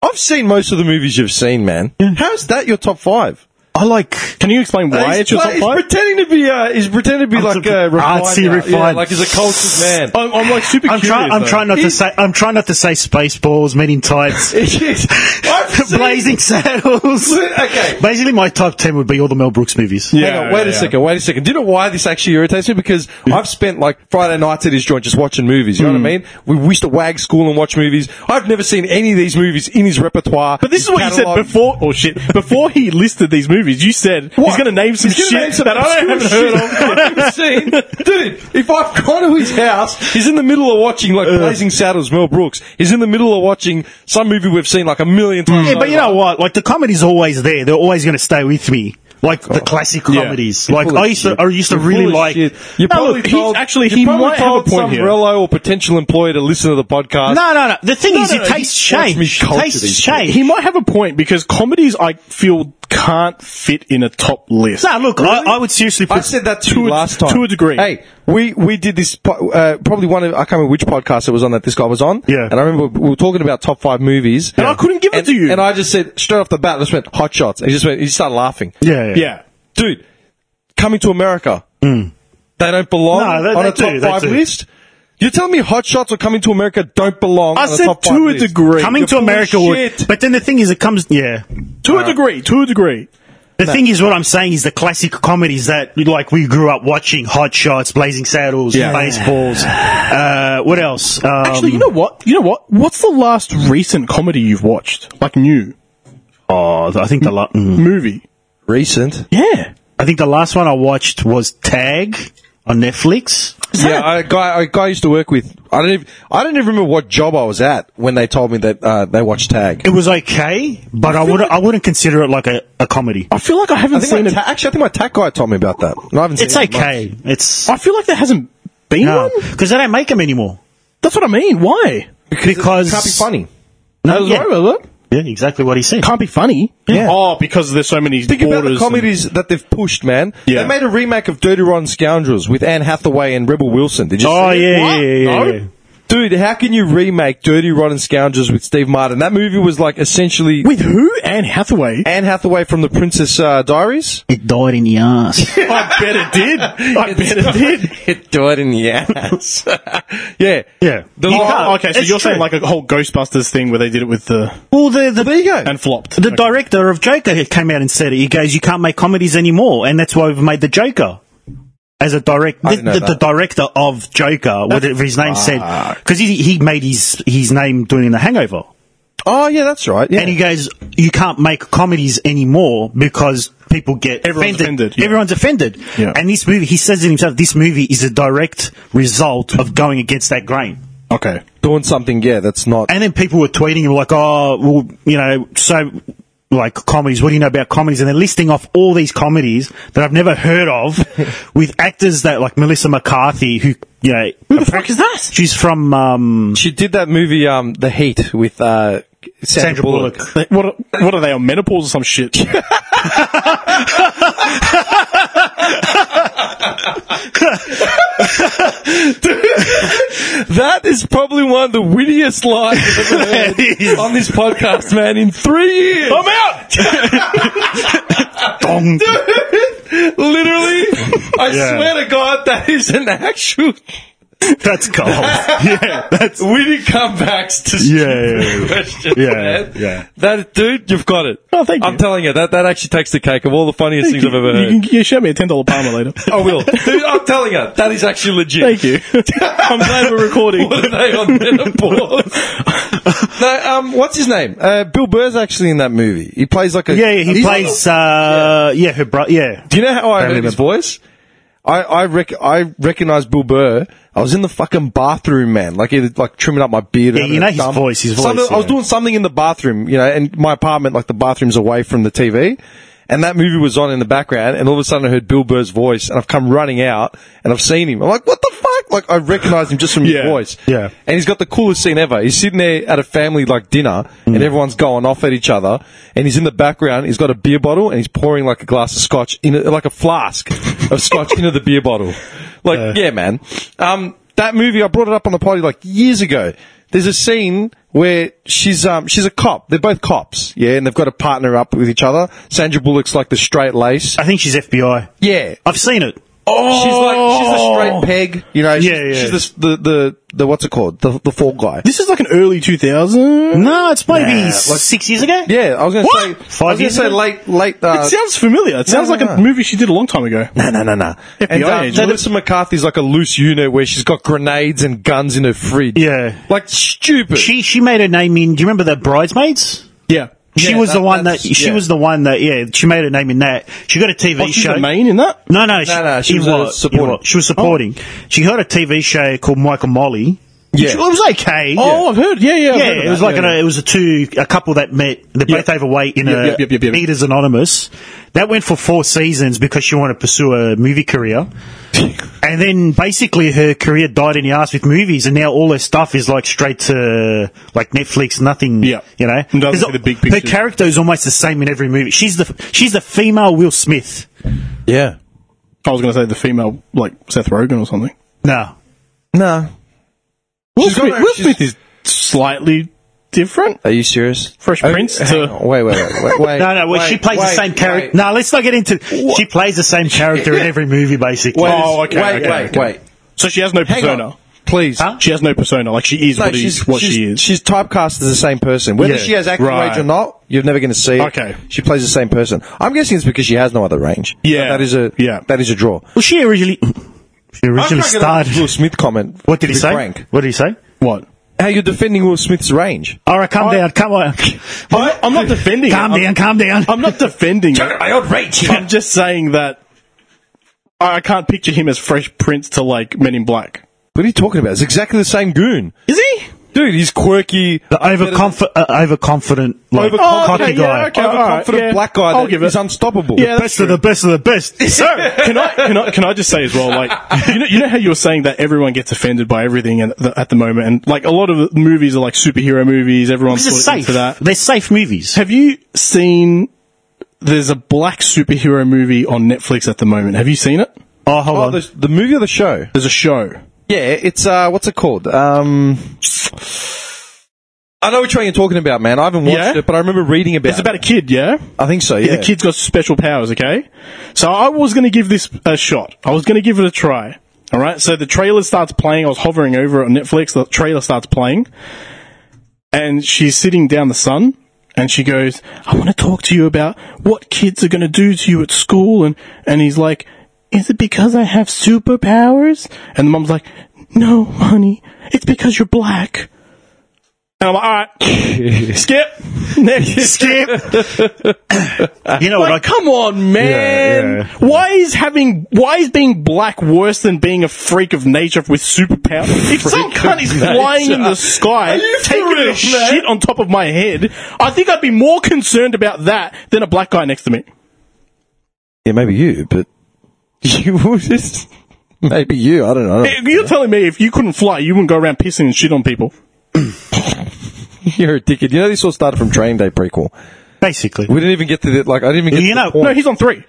S1: I've seen most of the movies you've seen, man. How's that your top five?
S2: I I like.
S3: Can you explain why it's your top
S1: he's
S3: five?
S1: pretending to be, uh, he's pretending to be
S2: I'm
S1: like
S2: so-
S1: uh, refined. Oh,
S2: artsy,
S1: now. Yeah,
S2: refined.
S1: like he's a cultured man.
S3: I'm, I'm like super
S2: I'm
S3: curious.
S2: trying. I'm
S3: though.
S2: trying not to say. I'm trying not to say Spaceballs, Men in Tights,
S1: I've seen-
S2: Blazing Saddles.
S1: Okay.
S2: Basically, my top ten would be all the Mel Brooks movies.
S3: Yeah,
S1: Hang on, wait
S3: yeah,
S1: a
S3: yeah.
S1: second, wait a second. Do you know why this actually irritates me? Because I've spent like Friday nights at his joint just watching movies. You know
S3: Hmm.
S1: what I mean? We we used to wag school and watch movies. I've never seen any of these movies in his repertoire.
S3: But this is
S1: his
S3: what you said
S1: catalog.
S3: before. Oh shit! Before he listed these movies, you said he's
S1: What?
S3: going to name some
S1: He's gonna
S3: shit
S1: name some
S3: that I haven't
S1: obscure
S3: heard of.
S1: shit I've never seen. Dude, if I've gone to his house, he's in the middle of watching like Blazing Saddles, Mel Brooks. He's in the middle of watching some movie we've seen like a million times.
S2: Yeah, but you
S1: over.
S2: know what? Like the comedy's always there. They're always going to stay with me. Like the classic
S3: Yeah.
S2: comedies.
S1: You're
S2: Like
S1: full of
S2: I used to,
S1: shit.
S2: I used to
S1: You're
S2: really
S1: full of
S2: like.
S1: shit. You're
S3: No,
S1: probably
S3: look, he's-
S1: told,
S3: actually,
S1: you're
S3: he
S1: probably
S3: might have a
S1: told
S3: point
S1: some
S3: here.
S1: relo or potential employer to listen to the podcast.
S2: No, no, no. The thing
S1: No,
S2: is,
S1: no,
S2: it
S1: no,
S2: takes
S1: he wants
S2: shame.
S1: me
S2: It
S1: cultured,
S2: tastes
S1: he's-
S2: shame.
S3: He might have a point because comedies I feel can't fit in a top list.
S2: no, look, I, I would seriously.
S1: I
S2: put-
S1: said that to you
S3: a-
S1: last time
S3: to a degree.
S1: Hey, we we did this po- uh, probably one of I can't remember which podcast it was on that this guy was on.
S2: Yeah.
S1: and I remember we were talking about top five movies,
S3: And I couldn't give it
S1: And-
S3: to you.
S1: And I just said straight off the bat, I just went Hot Shots. And he just went, he just started laughing,
S2: yeah, yeah.
S3: yeah.
S1: dude. Coming to America, they don't belong
S2: No, they-
S1: on
S2: they
S1: a top
S2: do, they
S1: five
S2: do.
S1: list. You're telling me Hot Shots or Coming to America don't belong?
S3: I
S1: on
S3: said
S1: a top five
S3: to a
S1: list?
S3: degree.
S2: Coming
S1: You're
S2: to
S1: full of
S2: America
S1: shit.
S2: would, but then the thing is, it comes. Yeah,
S3: To a degree. To a degree.
S2: The thing is, what I'm saying is the classic comedies that, like, we grew up watching Hot Shots, Blazing Saddles,
S1: Yeah.
S2: Baseballs. Uh, what else? Um,
S3: Actually, you know what? You know what? What's the last recent comedy you've watched? Like new
S2: oh, I think the la- mm.
S3: movie?
S1: recent.
S3: Yeah.
S2: I think the last one I watched was Tag on Netflix.
S1: Yeah, a guy, a guy I used to work with. I don't, even, I don't even remember what job I was at when they told me that uh, they watched Tag.
S2: It was okay, but I would I wouldn't consider it like a, a comedy.
S3: I feel like I haven't
S1: I think
S3: seen
S1: my
S3: it.
S1: ta- actually, I think my Tag guy told me about that. And I haven't seen
S2: It's
S1: it in
S2: okay. It's
S3: I feel like there hasn't been one.
S2: because they don't make them anymore.
S3: That's what I mean. Why?
S2: Because,
S1: months. Can't be funny.
S2: No,
S3: That's
S2: yeah,
S3: right, was it?
S2: yeah, exactly what he said.
S3: Can't be funny.
S2: Yeah.
S3: Oh, because there's so many
S1: Think
S3: borders.
S1: about the
S3: and-
S1: comedies that they've pushed, man.
S3: Yeah.
S1: They made a remake of Dirty Rotten Scoundrels with Anne Hathaway and Rebel Wilson. Did you?
S2: Oh
S1: see it?
S2: yeah,
S3: What?
S2: yeah, yeah,
S3: No.
S2: yeah.
S1: Dude, how can you remake Dirty Rotten Scoundrels with Steve Martin? That movie was like essentially
S3: With who? Anne Hathaway?
S1: Anne Hathaway from The Princess uh, Diaries.
S2: It died in the ass.
S3: I bet it did. I bet it did.
S1: it died in the ass. yeah,
S2: Yeah.
S1: The
S2: You
S1: lo-
S2: can't-
S3: Oh, okay, so
S2: It's
S3: you're saying
S2: true.
S3: like a whole Ghostbusters thing where they did it with the
S2: well, the the
S1: there you go.
S3: and flopped.
S2: The
S3: Okay.
S2: director of Joker came out and said it. He goes, "You can't make comedies anymore," and that's why we've made the Joker as a direct. The,
S1: didn't know
S2: the, the
S1: that.
S2: director of Joker, whatever his name said, because he he made his his name doing the Hangover,
S1: oh yeah, that's right. Yeah.
S2: and he goes, "You can't make comedies anymore because." People get
S3: Everyone's offended, yeah.
S2: Everyone's offended.
S3: Yeah.
S2: And this movie, he says it himself, this movie is a direct result of going against that grain.
S3: okay.
S1: doing something, yeah, that's not.
S2: And then people were tweeting him like, oh, well, you know, so like comedies. What do you know about comedies? And they're listing off all these comedies that I've never heard of, with actors that like Melissa McCarthy, who you know, who
S3: the fuck is that?
S2: She's from um,
S1: She did that movie, um, The Heat, with uh, Sandra,
S2: Sandra
S1: Bullock.
S2: Bullock.
S3: They- What are, what are they on menopause or some shit?
S1: That is probably one of the wittiest lines I've ever heard
S2: It is. Oh.
S1: on this podcast, man. In three years,
S3: I'm out.
S2: Dong.
S1: literally, I
S2: Yeah.
S1: swear to God, that is an actual
S2: That's cold. yeah, that's
S1: witty comebacks to
S2: Yeah, yeah, yeah.
S1: question,
S2: Yeah,
S1: man.
S2: yeah.
S1: That dude, you've got it.
S3: Oh, thank
S1: I'm
S3: you.
S1: telling you, that that actually takes the cake of all the funniest things I've ever
S3: you,
S1: heard.
S3: can, you show me a ten dollar palmer later.
S1: I will. Dude, I'm telling you, that is actually legit.
S3: Thank you. I'm glad we're recording.
S1: What are they on menopause? no, um, what's his name? Uh, Bill Burr's actually in that movie. He plays like a
S2: yeah. yeah, He
S1: he's-
S2: plays uh, yeah. her brother. Yeah,
S1: Do you know how I
S2: Family
S1: heard his
S2: member.
S1: voice? I I rec- I recognize Bill Burr. I was in the fucking bathroom, man. Like either, like trimming up my beard. or
S2: Yeah,
S1: having
S2: you know
S1: a
S2: his
S1: dump.
S2: voice, his voice,
S1: Something- I was
S2: yeah.
S1: doing something in the bathroom, you know, and my apartment, like the bathroom's away from the TV. And that movie was on in the background, and all of a sudden I heard Bill Burr's voice, and I've come running out, and I've seen him. I'm like, what the fuck? Like, I recognize him just from
S3: Yeah,
S1: his voice.
S2: yeah.
S1: And he's got the coolest scene ever. He's sitting there at a family, like, dinner,
S2: Mm.
S1: and everyone's going off at each other, and he's in the background, he's got a beer bottle, and he's pouring, like, a glass of scotch, in a, like a flask of scotch into the beer bottle. Like, yeah, man. Um, that movie, I brought it up on the party, like, years ago. There's a scene where she's um she's a cop. They're both cops, yeah, and they've got to partner up with each other. Sandra Bullock's like the straight lace,
S2: I think she's FBI.
S1: yeah.
S2: I've seen it.
S3: Oh,
S1: She's like she's the straight peg, you know. She's,
S2: Oh. Yeah, yeah.
S1: she's the, the the the what's it called? The the fall guy.
S3: This is like an early 2000.
S2: No, it's maybe
S1: Nah, like-
S2: six years ago.
S1: Yeah, I was going to
S3: What?
S1: say.
S2: Five
S1: I was going
S2: years
S1: to say
S2: ago?
S1: late late. Uh,
S3: It sounds familiar. It sounds
S1: no,
S3: like
S1: no.
S3: a movie she did a long time ago.
S1: No, no, no, no. And
S3: FBI
S1: uh,
S3: agent.
S1: Melissa McCarthy's like a loose unit where she's got grenades and guns in her fridge.
S2: Yeah.
S1: Like stupid.
S2: She she made her name in. Do you remember the bridesmaids?
S3: Yeah.
S2: She
S1: Yeah,
S2: was the
S1: that-
S2: one that
S1: that's-
S2: she
S1: yeah.
S2: was the one that yeah she made her name in that. She got a TV
S3: What, she's
S2: show.
S3: the main in that?
S2: No, no, she,
S1: no, she
S2: it
S1: was a supporting.
S2: it was. She was supporting. She heard a TV show called Michael Molly.
S1: Yeah.
S2: Which- it was okay.
S3: Oh,
S2: yeah.
S3: I've heard. Yeah, yeah. I've
S2: Yeah,
S3: heard of
S2: it was
S3: that.
S2: like
S3: Yeah,
S2: an, it was a two a couple that met. They're
S3: Yeah.
S2: both overweight in
S3: Yep,
S2: a
S3: yep, yep, yep, yep.
S2: Eaters Anonymous. That went for four seasons because she wanted to pursue a movie career, and then basically her career died in the ass with movies, and now all her stuff is like straight to like Netflix, nothing.
S3: Yeah.
S2: you know,
S3: And doesn't
S2: 'Cause
S3: see the big
S2: her
S3: picture.
S2: character is almost the same in every movie. She's the she's the female Will Smith.
S1: yeah.
S3: I was going to say the female, like Seth Rogen or something.
S2: No,
S1: No.
S3: Will
S1: She's got
S3: Smith,
S1: her-
S3: Will
S1: she's-
S3: Smith is slightly different.
S1: Are you serious?
S3: Fresh
S1: Oh,
S3: Prince
S1: hang
S3: to-
S1: on. Wait, wait, wait, wait, wait.
S2: No, no, well,
S1: wait,
S2: she plays
S1: wait,
S2: the same
S1: wait.
S2: character. No, let's not get into. She plays the same character in every movie, basically.
S1: Wait,
S3: Oh, okay,
S1: Wait,
S3: okay,
S1: wait,
S3: okay.
S1: wait.
S3: So she has no
S1: Hang
S3: persona.
S1: on. Please.
S2: Huh?
S3: She has no persona. Like she is
S1: No,
S3: what, she's,
S1: she's,
S3: what
S1: she's,
S3: she is.
S1: She's typecast as the same person. Whether
S3: Yeah.
S1: she has acting
S3: Right.
S1: range or not, you're never going to see it.
S3: Okay.
S1: She plays the same person. I'm guessing it's because she has no other range.
S3: Yeah.
S1: That is a,
S3: Yeah.
S1: that is a draw.
S2: Well, she originally. She originally
S1: I'm trying to get a Will
S2: started.
S1: Smith comment.
S2: What did he
S1: to be
S2: say?
S1: frank.
S2: What did he say?
S3: What?
S1: How you're defending Will Smith's range.
S2: All right, calm
S3: I-
S2: down, come on,
S3: I'm not, I'm not defending it.
S2: calm
S3: I'm-
S2: down, calm down.
S3: I'm not defending it.
S1: I outrage
S3: I'm just saying that I I can't picture him as Fresh Prince to like Men in Black.
S1: What are you talking about? It's exactly the same goon.
S3: Is he?
S1: Dude, he's quirky.
S2: The overconf- uh, overconfident, like
S1: Overconfident-
S2: cocky
S3: Oh, okay,
S2: guy.
S3: yeah, okay. all right,
S1: overconfident
S3: yeah.
S1: black guy
S3: I'll
S1: that
S3: give it.
S1: is unstoppable.
S3: Yeah, that's
S2: Best of the best of the best.
S3: So can I can I can I just say as well, like you know, you know how you were saying that everyone gets offended by everything at the, at the moment, and like a lot of the movies are like superhero movies. Everyone's
S2: This is
S3: sort of
S2: safe.
S3: into that.
S2: They're safe movies.
S3: Have you seen? There's a black superhero movie on Netflix at the moment. Have you seen it?
S2: Oh, hold
S1: Oh,
S2: on.
S1: the, the movie or the show?
S3: There's a show.
S1: Yeah, it's, uh, what's it called? Um, I know which one you're talking about, man. I haven't watched
S3: Yeah?
S1: it, but I remember reading about
S3: It's about a kid, yeah?
S1: I think so, yeah.
S3: The kid's got special powers, okay? So I was going to give this a shot. I was going to give it a try. All right? So the trailer starts playing. I was hovering over it on Netflix. The trailer starts playing. And she's sitting down the sun and she goes, I want to talk to you about what kids are going to do to you at school. And, and he's like, Is it because I have superpowers? And the mom's like, No, honey. It's because you're black. And I'm like, all right, skip, next.
S2: Skip. you know what? I
S3: Like, come on, man.
S2: Yeah,
S3: Why is having why is being black worse than being a freak of nature with superpowers? if some cunt is flying in the sky, taking a shit on top of my head, I think I'd be more concerned about that than a black guy next to me.
S1: yeah, maybe you, but you would just, maybe you, I don't know. I don't-
S3: You're telling me if you couldn't fly, you wouldn't go around pissing and shit on people.
S1: You're a dickhead. You know, this all started from Train Day prequel.
S2: basically.
S1: We didn't even get to the, like, I didn't even get
S2: You
S1: to
S2: know-
S1: the point.
S3: No, he's on three.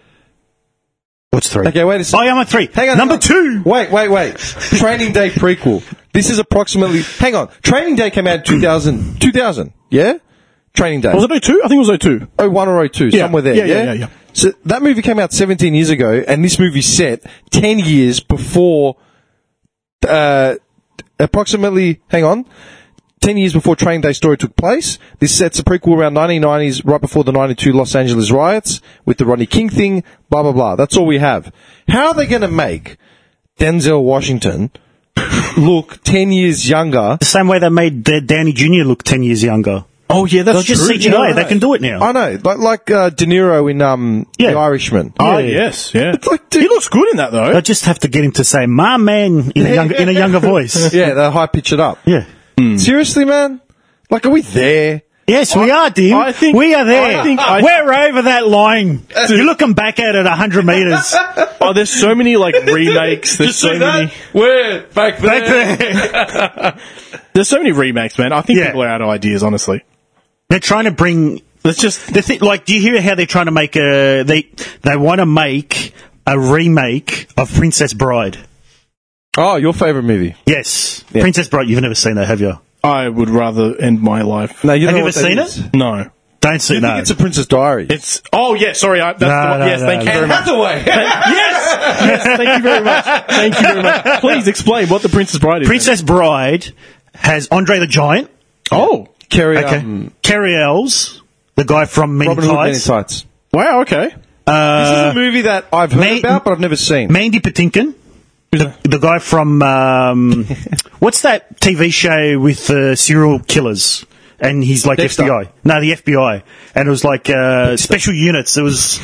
S2: What's three?
S1: okay, wait a second.
S2: Oh, yeah, I'm on three.
S1: Hang on.
S2: Number
S1: hang
S2: two.
S1: on. Wait, wait, wait. Training Day prequel. This is approximately. Hang on. Training Day came out in 2000. 2000. Yeah? Training Day.
S3: Was it 02? I think it was 02.
S1: 01 or 02, somewhere there.
S3: Yeah,
S1: Yeah
S3: yeah, yeah, yeah.
S1: So that movie came out 17 years ago, and this movie set 10 years before. Uh, approximately. Hang on. 10 years before Training Day story took place. This sets a prequel around 1990s, right before the 92 Los Angeles riots, with the Rodney King thing, blah, blah, blah. That's all we have. How are they going to make Denzel Washington look 10 years younger?
S2: The same way they made the Downey Jr. look 10 years younger.
S3: Oh yeah, that's
S2: They'll just
S3: true.
S2: CGI. They can do it now.
S1: I know, like, like uh, De Niro in um,
S2: Yeah.
S1: The Irishman.
S3: Oh
S2: Yeah.
S3: yes, yeah.
S1: It's like, dude-
S3: he looks good in that though.
S2: They'll just have to get him to say, my man, in a younger, in a younger voice. Hmm.
S1: Yeah, they high pitch it up.
S2: Yeah.
S1: Seriously, man? Like, are we there?
S2: Yes, we are, Dim.
S3: I think-
S2: we are there.
S3: I think I-
S2: We're over that line. You're looking back at it 100 metres.
S3: oh, there's so many like remakes. There's so many.
S1: Where? Back there.
S2: Back there.
S3: There's so many remakes, man. I think
S2: Yeah.
S3: people are out of ideas, honestly.
S2: They're trying to bring...
S3: Let's just.
S2: The thi- like, do you hear how they're trying to make a... They, they want to make a remake of Princess Bride.
S1: Oh, your favorite movie.
S2: Yes. Princess Bride. You've never seen that, have you?
S3: I would rather end my life.
S1: No, you
S2: Have
S1: know
S2: you
S1: what
S2: ever
S1: that
S2: seen
S1: is.
S2: it?
S3: No.
S2: Don't see
S1: You
S2: no.
S1: think it's a Princess Diary?
S3: It's oh yeah, sorry, I, that's
S2: No,
S3: the one.
S2: no,
S3: yes,
S2: no,
S3: thank you
S2: no.
S3: very much. yes, yes, thank you very much. Thank you very much. Please explain what the Princess Bride is.
S2: Princess Bride has Andre the Giant.
S3: oh,
S1: Carry
S2: Okay.
S1: um,
S2: Carrie Ells, the guy from Men in
S1: Robin Hood Men in
S2: Tights. Uh,
S1: Tights.
S3: wow, okay.
S1: this is a movie that I've heard
S2: Ma-
S1: about, but I've never seen.
S2: Mandy Patinkin. The, the guy from um, what's that TV show with uh, serial killers? And he's like
S1: Dexter.
S2: FBI. No, the FBI. And it was like uh, special units. It was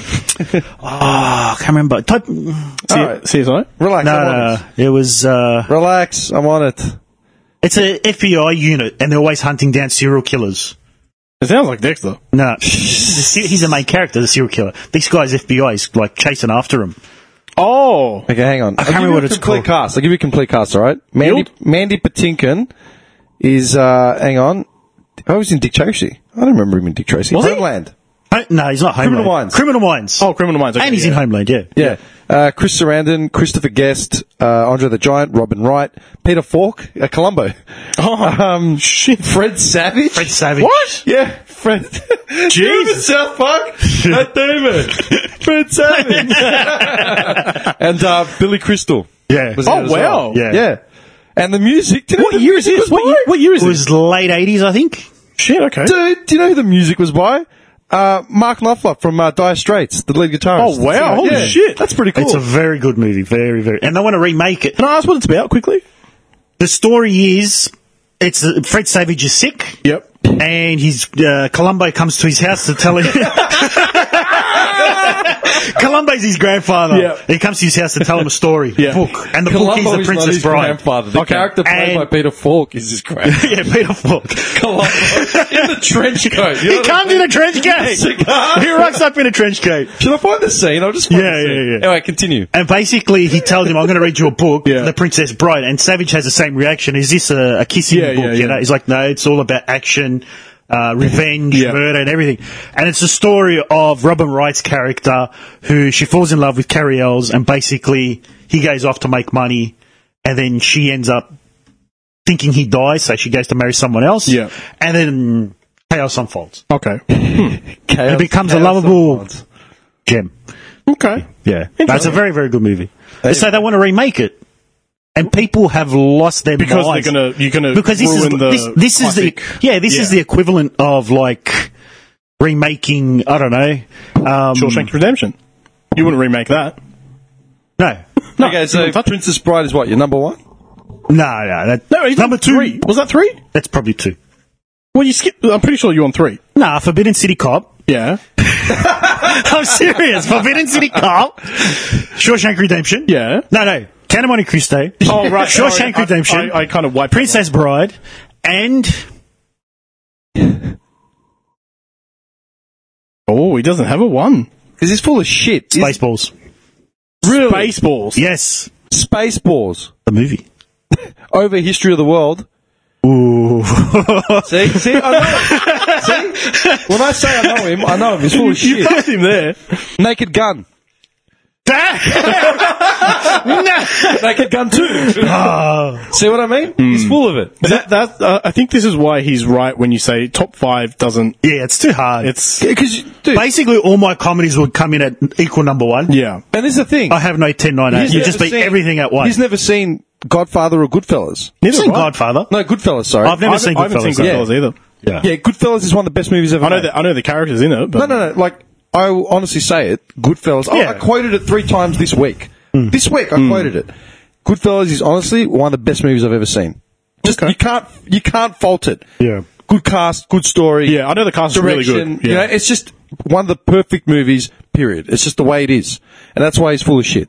S2: oh, I can't remember. Type, no,
S3: C-
S1: Alright.
S3: CSI.
S1: Relax, I'm on
S2: no,
S1: it.
S2: it was. Uh,
S1: Relax, I'm on it.
S2: it's a FBI unit, and they're always hunting down serial killers.
S3: It sounds like Dexter.
S2: No, he's the main character, the serial killer. This guy's FBI is like chasing after him.
S3: Oh,
S1: Okay, hang on. I
S2: can't remember what it's
S1: complete
S2: called.
S1: Cast. I'll give you a complete cast, all right? Mandy,
S3: Yield?
S1: Mandy Patinkin is, uh, hang on. I was in Dick Tracy. I don't remember him in Dick Tracy.
S3: Was he?
S1: Homeland.
S2: Ho- No, he's not Homeland.
S1: Criminal Minds.
S2: Criminal Minds.
S3: oh, Criminal Minds. Okay,
S2: and he's in
S3: yeah.
S2: Homeland. Yeah.
S1: Yeah. Uh, Chris Sarandon, Christopher Guest, uh, Andre the Giant, Robin Wright, Peter Falk, uh, Columbo.
S3: Oh,
S1: Um, shit. Fred Savage.
S2: Fred Savage.
S1: What? Yeah, Fred. Jesus. South Park? Matt Damon. Fred Savage. and uh, Billy Crystal.
S2: Yeah.
S1: was in
S3: Oh,
S1: it as well.
S3: wow.
S1: Yeah.
S2: Yeah.
S1: And the music. Do you know
S3: what
S1: the
S3: year is
S1: music was
S3: this? What year,
S1: by?
S3: what year is
S2: It
S3: this?
S2: was late eighties, I think.
S3: Shit. Okay.
S1: Dude, do you know who the music was by? Uh, Mark Knopfler from uh, Dire Straits, the lead guitarist.
S3: Oh, wow.
S1: Yeah.
S3: Holy
S1: Yeah.
S3: shit.
S1: That's pretty cool.
S2: It's a very good movie, very, very. And they want to remake it.
S3: Can I ask what it's about quickly?
S2: The story is, it's uh, Fred Savage is sick,
S3: Yep.
S2: and his uh, Columbo comes to his house to tell him. Columbo's his grandfather.
S3: Yeah.
S2: He comes to his house to tell him a story,
S3: Yeah.
S2: book, and the book
S1: Columbo
S2: is the
S1: is not
S2: Princess
S1: his
S2: Bride.
S1: grandfather. The
S3: Okay.
S1: character played
S2: And-
S1: by Peter Falk is his grandfather.
S2: yeah, Peter Falk.
S1: Columbo in the trench coat. You know
S2: He
S1: what I
S2: comes
S1: mean?
S2: in a trench coat.
S1: Cigar.
S2: he rocks up in a trench coat.
S1: Should I find the scene? I'll just find
S2: Yeah,
S1: the scene.
S2: yeah, yeah.
S1: Anyway, continue.
S2: And basically, he tells him, "I'm going to read you a book,
S3: Yeah.
S2: The Princess Bride." And Savage has the same reaction. Is this a, a kissing
S3: Yeah,
S2: book?
S3: yeah, yeah.
S2: You know, he's like, "No, it's all about action, uh, revenge,
S3: Yeah.
S2: murder, and everything." And it's the story of Robin Wright's character, who she falls in love with Carrie Ells, and basically he goes off to make money, and then she ends up thinking he dies, so she goes to marry someone else.
S3: Yeah.
S2: and then chaos unfolds.
S3: Okay.
S1: Chaos,
S2: It becomes a
S1: chaos
S2: lovable
S1: unfolds.
S2: gem.
S3: Okay.
S2: Yeah, that's a very very good movie. so they want to remake it, and people have lost their
S3: Because
S2: minds
S3: they're gonna, you're gonna
S2: because this is
S3: ruin the
S2: this, this is the
S3: classic.
S2: yeah this is
S3: Yeah.
S2: the equivalent of like remaking I don't know um,
S3: Shawshank Redemption. You wouldn't remake that.
S2: no
S3: No,
S1: okay,
S3: you
S1: so
S3: wouldn't touch it.
S1: Princess Bride is what your number one?
S2: no no that,
S3: No, he's
S2: number
S3: on
S2: two
S3: Three. Was that three?
S2: that's probably two
S3: Well, you skipped. I'm pretty sure you're on three.
S2: nah Forbidden City Cop
S3: Yeah.
S2: I'm serious Forbidden City Cop Shawshank Redemption
S3: Yeah.
S2: no no Count of Monte Cristo
S3: Oh, right.
S2: Shawshank
S3: Sorry, I-
S2: Redemption
S3: I, I, kind of wiped.
S2: Princess Bride and
S3: Oh, he doesn't have a one.
S1: Because he's full of shit. He's-
S2: Spaceballs
S3: Really? Spaceballs.
S2: yes
S1: Spaceballs.
S2: the movie
S1: Over history of the world.
S2: ooh.
S1: See, see, I know him. See, when I say I know him, I know him. He's full of
S3: You
S1: shit.
S3: fucked him there.
S1: Naked Gun. Naked Gun Two. see what I mean? He's full of it.
S3: That, that, uh, I think this is why he's right when you say top five doesn't.
S2: Yeah, it's too hard.
S3: It's
S1: Because, dude,
S2: basically all my comedies would come in at equal number one.
S3: yeah.
S1: and this is the thing.
S2: I have no ten nine eight.
S1: He's
S2: Oh, You
S1: never
S2: just beat
S1: seen-
S2: everything at once.
S1: He's never seen Godfather or Goodfellas.
S2: You've
S3: Neither
S2: seen
S3: have I.
S2: Godfather.
S1: No, Goodfellas. Sorry.
S2: I've never
S3: I haven't-
S2: seen
S3: I haven't
S2: Goodfellas.
S3: seen Goodfellas
S1: Yeah.
S3: either.
S2: Yeah.
S1: yeah, Goodfellas is one of the best movies ever.
S3: I know
S1: made.
S3: that. I know the characters in it, but
S1: No, no, no. Like I will honestly say it. Goodfellas. Oh, I,
S2: Yeah. Mm.
S1: I quoted it three times this week. This week I quoted it. Goodfellas is honestly one of the best movies I've ever seen. Just you can't you can't fault it.
S2: Yeah.
S1: Good cast, good story.
S3: Yeah, I know the cast is really
S1: direction.
S3: good.
S1: You
S3: Yeah.
S1: know, it's just one of the perfect movies. Period. It's just the way it is, and that's why he's full of shit.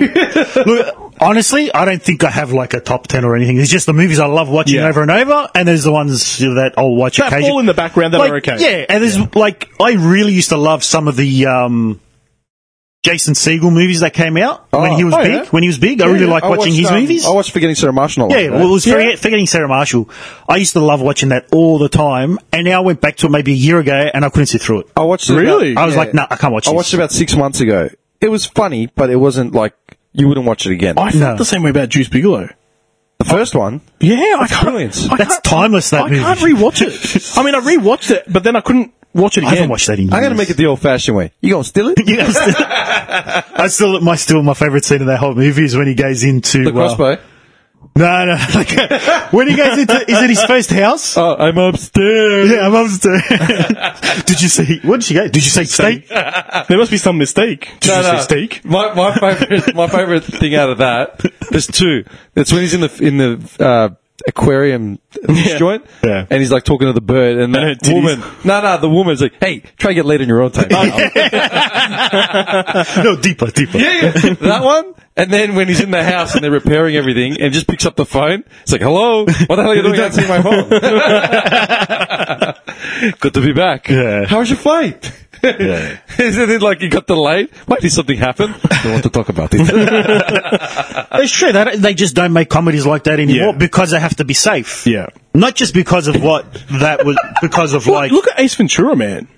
S2: Look, honestly, I don't think I have like a top ten or anything. It's just the movies I love watching
S3: Yeah.
S2: over and over, and there's the ones you know, that I'll watch
S3: That
S2: occasionally.
S3: fall in the background that
S2: like,
S3: are okay.
S2: Yeah, and there's like I really used to love some of the um, Jason Segel movies that came out when
S1: Oh.
S2: he was
S1: Oh,
S2: big.
S1: yeah.
S2: When he was big, I really liked watching
S1: watched,
S2: his
S1: um,
S2: movies.
S1: I watched Forgetting Sarah Marshall. a lot,
S2: Yeah,
S1: right?
S2: well, it was very forgetting Sarah Marshall. I used to love watching that all the time, and now I went back to it maybe a year ago, and I couldn't sit through it.
S1: I watched it
S3: Really?
S1: about-
S2: I was
S1: yeah.
S2: like, nah, I can't watch
S1: I
S2: this.
S1: watched it about six months ago. It was funny, but it wasn't like you wouldn't watch it again.
S3: I felt
S2: No.
S3: the same way about Juice Bigelow.
S1: The first one.
S3: Yeah, I can't.
S1: brilliant.
S3: I
S2: That's
S3: can't-
S2: timeless, that
S3: I
S2: movie.
S3: can't rewatch it. I mean, I rewatched it, but then I couldn't watch it again.
S2: I haven't watched that in years.
S1: I'm going to make it the old-fashioned way. You going to steal it?
S2: Yeah, I still, I still, my still, my favorite scene of that whole movie is when he goes into
S1: The
S2: uh,
S1: crossbow.
S2: no, no, when he goes into is it his first house?
S1: Oh, I'm upstairs.
S2: Yeah, I'm uh, upstairs. did you see? What did she go? Did you say steak?
S3: There must be some mistake. Did you say steak?
S1: My, my favorite, my favorite thing out of that. There's two. It's when he's in the in the uh, aquarium joint,
S2: Yeah.
S1: and he's like talking to the bird, and
S3: And her
S1: the
S3: titties.
S1: woman. No, no, the woman's like, "Hey, try to get laid in your own time."
S2: no, deeper, deeper.
S1: Yeah, yeah. that one. And then when he's in the house and they're repairing everything, and just picks up the phone. It's like, "Hello, what the hell are you doing? I can't see my phone." Good to be back.
S2: Yeah.
S1: How was your flight?
S2: Yeah.
S1: Isn't it like you got delayed? Why did something happen? Don't want to talk about it.
S2: It's true. They, don't- they just don't make comedies like that anymore
S3: Yeah.
S2: because they have to be safe.
S3: Yeah.
S2: Not just because of what that was, because of
S3: Look,
S2: like,
S3: look at Ace Ventura, man.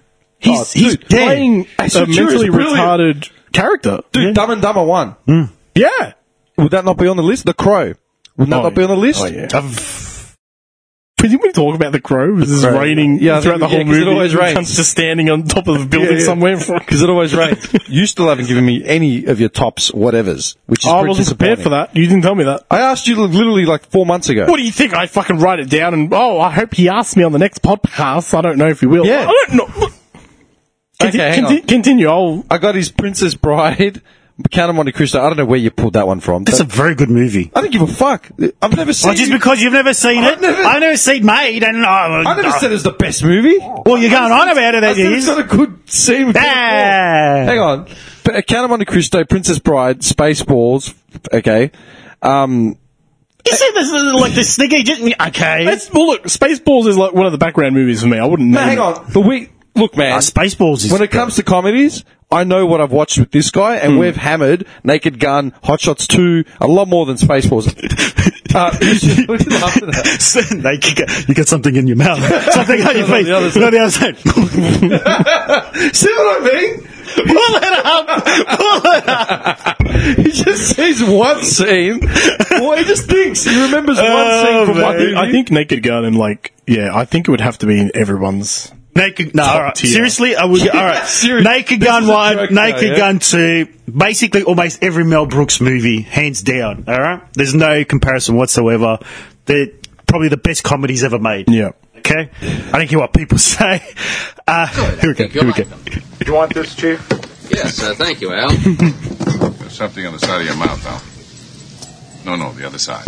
S3: He's,
S2: Oh,
S3: he's
S2: dude, yeah.
S3: playing
S1: Ace
S3: a
S1: Ventura's
S3: mentally
S1: brilliant.
S3: retarded character.
S1: Dude, Dumb and Dumber One.
S3: Yeah.
S1: Would that not be on the list? The Crow. Would that
S3: Oh,
S1: not be on the list?
S3: Oh, yeah.
S2: I've-
S3: Didn't we talk about the crow? This is
S1: Crow.
S3: raining
S1: Yeah, I
S3: throughout the
S1: think- yeah, 'cause
S3: whole
S1: it
S3: movie.
S1: always
S3: He
S1: rains.
S3: comes just standing on top of a building
S1: Yeah, yeah.
S3: somewhere.
S1: Because it always rains. you still haven't given me any of your tops, whatevers, which is
S3: Oh, I
S1: pretty
S3: wasn't prepared
S1: disappointing.
S3: for that. You didn't tell me that.
S1: I asked you literally like four months ago.
S3: What do you think? I fucking write it down and, oh, I hope he asks me on the next podcast. I don't know if he will.
S1: Yeah.
S3: I don't know. Look.
S1: Okay,
S3: Conti-
S1: hang
S3: conti-
S1: on.
S3: continue. I'll,
S1: I got his Princess Bride, Count of Monte Cristo. I don't know where you pulled that one from.
S2: that's
S1: but
S2: a very good movie.
S1: I don't give a fuck. I've never seen.
S2: Oh, just because you've never seen
S1: I've
S2: it,
S1: never-
S2: I've never seen Made, and I,
S1: I never said it was the best movie.
S2: Well, you're going on about it.
S1: I
S2: That
S1: said it's
S2: is.
S1: not a good scene. with Peter Falk.
S2: Ah.
S1: Hang on. P- Count of Monte Cristo, Princess Bride, Spaceballs. Okay. Um,
S2: You said this is like the sneaky. Just, okay.
S3: it's, well, look, Spaceballs is like one of the background movies for me. I wouldn't name
S1: hang
S3: it.
S1: on. But we look, man.
S2: Uh, Spaceballs is
S1: when it comes to comedies, I know what I've watched with this guy, and we've hammered Naked Gun, Hot Shots 2, a lot more than Spaceballs. uh, what are you laughing at?
S2: They kick it- you got something in your mouth, something on your face.
S1: the other
S2: No, the other side.
S1: See what I mean?
S2: Pull it up. Pull it up.
S1: He just sees one scene. Well, he just thinks he remembers one scene
S2: Oh,
S1: from
S3: I
S1: one
S3: think,
S1: movie.
S3: I think Naked Gun and like, yeah, I think it would have to be in everyone's.
S2: Naked. No, all right.
S3: tier.
S2: Seriously, I would. All right.
S1: Seriously.
S2: Naked
S1: This
S2: Gun
S1: is a
S2: one,
S1: joke now,
S2: Naked
S1: yeah?
S2: Gun two. Basically, almost every Mel Brooks movie, hands down. All right. There's no comparison whatsoever. They're probably the best comedies ever made.
S3: Yeah.
S2: Okay. I don't care what people say. Uh, here we go.
S4: You'll
S2: Here we
S4: like
S2: go.
S4: them.
S5: You want this, Chief?
S4: Yes, uh, thank you, Al.
S6: There's something on the side of your mouth, Al. No, no, the other side.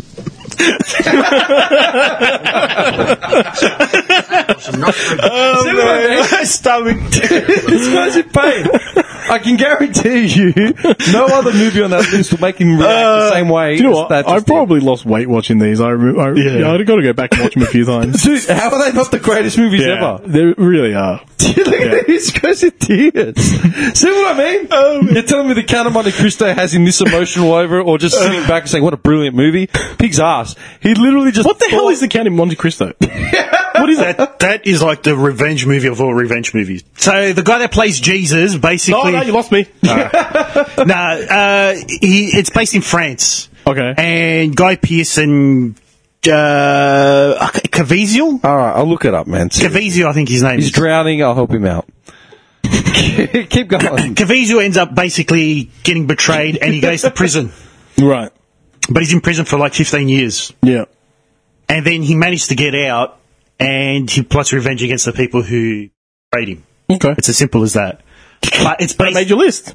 S4: Some Northwood
S1: See what I mean?
S2: Stomach.
S1: This guy's in pain. I can guarantee you, no other movie on that list will make him react the same way.
S3: Do you know
S1: as
S3: what?
S1: that
S3: I
S1: just did.
S3: probably lost weight watching these. I, re- I
S2: Yeah.
S3: yeah. I've got to go back and watch them a few times.
S1: Dude, how are they not the greatest movies
S3: yeah,
S1: ever?
S3: they really are.
S1: Look at these guys in tears. See what I mean?
S2: Oh,
S1: You're telling me the Count of Monte Cristo has him this emotional over it, or just sitting back and saying, "What a brilliant movie!" Pig's ass. He literally just.
S3: What the hell is the Count of Monte Cristo?
S2: What is that? That is like the revenge movie of all revenge movies. So the guy that plays Jesus,
S3: oh
S2: basically,
S3: no, you lost me.
S2: no, uh, he, it's based in France.
S3: Okay.
S2: and Guy Pearson, uh, Caviezel,
S1: All right, I'll look it up, man. See.
S2: Caviezel, I think his name
S1: He's
S2: is.
S1: drowning. I'll help him out. Keep going.
S2: Caviezel ends up basically getting betrayed, and he goes to prison.
S3: Right.
S2: But he's in prison for like fifteen years,
S3: Yeah.
S2: and then he managed to get out, and he plots revenge against the people who betrayed him.
S3: Okay.
S2: It's as simple as that. But it's
S3: I made
S2: based.
S3: your list.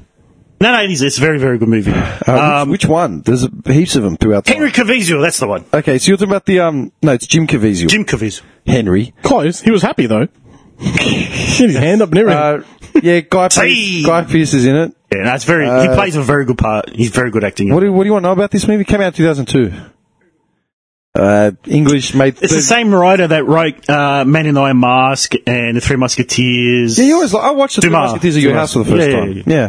S2: No, no, it is. It's a very, very good movie.
S1: Uh, which, which one? There's heaps of them throughout. The
S2: Henry Caviezel, that's the one.
S1: Okay, so you're talking about the um? No, it's Jim Caviezel.
S2: Jim Caviezel.
S1: Henry.
S3: Close. He was happy though. he had his hand up near him.
S1: Uh, yeah, Guy.
S2: Say.
S1: Pearce, Guy Pearce is in it.
S2: Yeah, no, it's very. he plays a very good part. He's very good acting.
S1: What do, what do you want to know about this movie? It came out in 2002. Uh, English made.
S2: it's the same writer that wrote uh, Man in the Iron Mask and The Three Musketeers.
S1: Yeah, you always like, I watched the Three
S2: Dumas.
S1: Musketeers at your
S2: Dumas.
S1: house for the first
S2: Yeah, yeah,
S1: time. Yeah,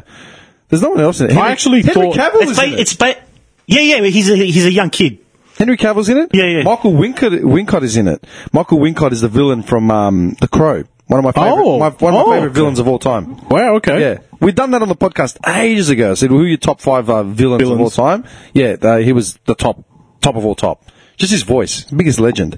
S1: There's no one else in it.
S3: actually
S1: Henry
S3: thought-
S1: Cavill
S2: it's
S1: is
S2: ba-
S1: in it.
S2: it's ba- yeah, yeah. He's a, he's a young kid.
S1: Henry Cavill's in it.
S2: Yeah, yeah.
S1: Michael Wincott, Wincott is in it. Michael Wincott is the villain from um, The Crow. One of my favorite,
S3: Oh.
S1: my, one of
S3: Oh,
S1: my favorite
S3: okay.
S1: villains of all time.
S3: wow. Okay.
S1: Yeah, we've done that on the podcast ages ago. I said who are your top five uh, villains,
S3: Villains.
S1: of all time? Yeah, uh, he was the top, top of all top. Just his voice, biggest legend.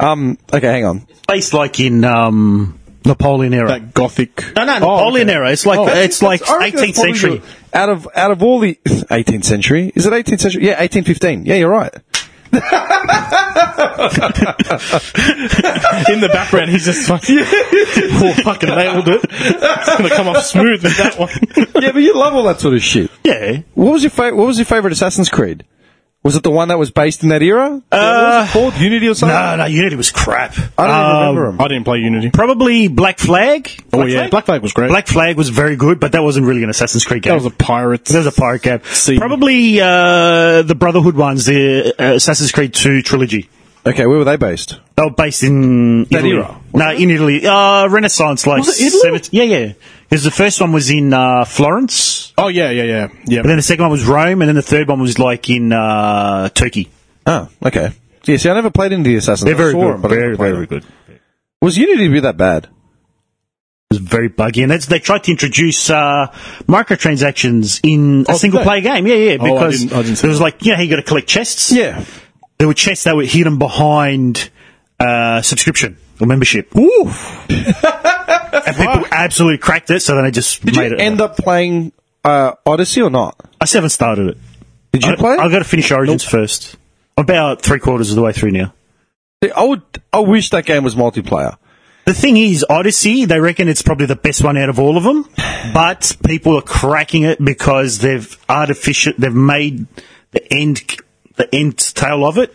S1: Um, okay, hang on.
S2: Based like in um, Napoleon era.
S3: That gothic. Oh,
S2: no, no, Napoleon era. It's like it's like
S1: I reckon
S2: 18th
S1: it's probably
S2: century.
S1: the- Out of out of all the 18th century, is it 18th century? Yeah, 1815. Yeah, you're right.
S3: In the background, he's just like, oh, fucking nailed it. It's going to come off smooth with that one.
S1: yeah, but you love all that sort of shit.
S2: Yeah.
S1: What was your fa- What was your favorite Assassin's Creed? Was it the one that was based in that era?
S2: Uh,
S1: what was it called Unity or something?
S2: No, no, Unity was crap.
S3: Uh,
S1: I don't even
S2: Um,
S1: remember 'em.
S3: I didn't play Unity.
S2: Probably Black Flag.
S3: oh, yeah. Black Flag was great.
S2: Black Flag was very good, but that wasn't really an Assassin's Creed game.
S3: that was a pirate.
S2: There's a pirate game.
S3: See.
S2: Probably uh, the Brotherhood ones, the uh, Assassin's Creed 2 trilogy.
S1: Okay, where were they based?
S2: They were based in
S1: That
S2: Italy.
S1: era,
S2: No, in Italy. Uh, Renaissance, like
S3: Was it Italy?
S2: 17 yeah, yeah. Because the first one was in uh, Florence,
S3: Oh, yeah, yeah, yeah. Yeah.
S2: and then the second one was Rome, and then the third one was like in uh, Turkey.
S1: Oh, okay. Yeah, see, I never played into the Assassin's.
S2: They're
S1: I
S2: very
S1: saw
S2: good.
S1: 'em, but I
S2: very,
S1: never played
S2: very
S1: them.
S2: good. It
S1: Was Unity be that bad?
S2: was very buggy, and that's, they tried to introduce uh, microtransactions in a
S3: Oh,
S2: single
S3: they?
S2: player game. Yeah, yeah,
S3: Oh, I
S2: because
S3: didn't- I didn't see
S2: it was
S3: that.
S2: like you know how you got to collect chests.
S1: Yeah.
S2: there were chests that were hidden behind uh, subscription or membership.
S1: Oof.
S2: And people absolutely cracked it, so then I just
S1: Did
S2: made
S1: you
S2: it.
S1: end up playing uh, Odyssey or not?
S2: I still haven't started it.
S1: Did you
S2: I,
S1: play?
S2: I've got to finish Origins first. I'm about three quarters of the way through now.
S1: See, I would. I wish that game was multiplayer.
S2: The thing is, Odyssey, they reckon it's probably the best one out of all of them, but people are cracking it because they've artificial, they've made the end, the end tail of it.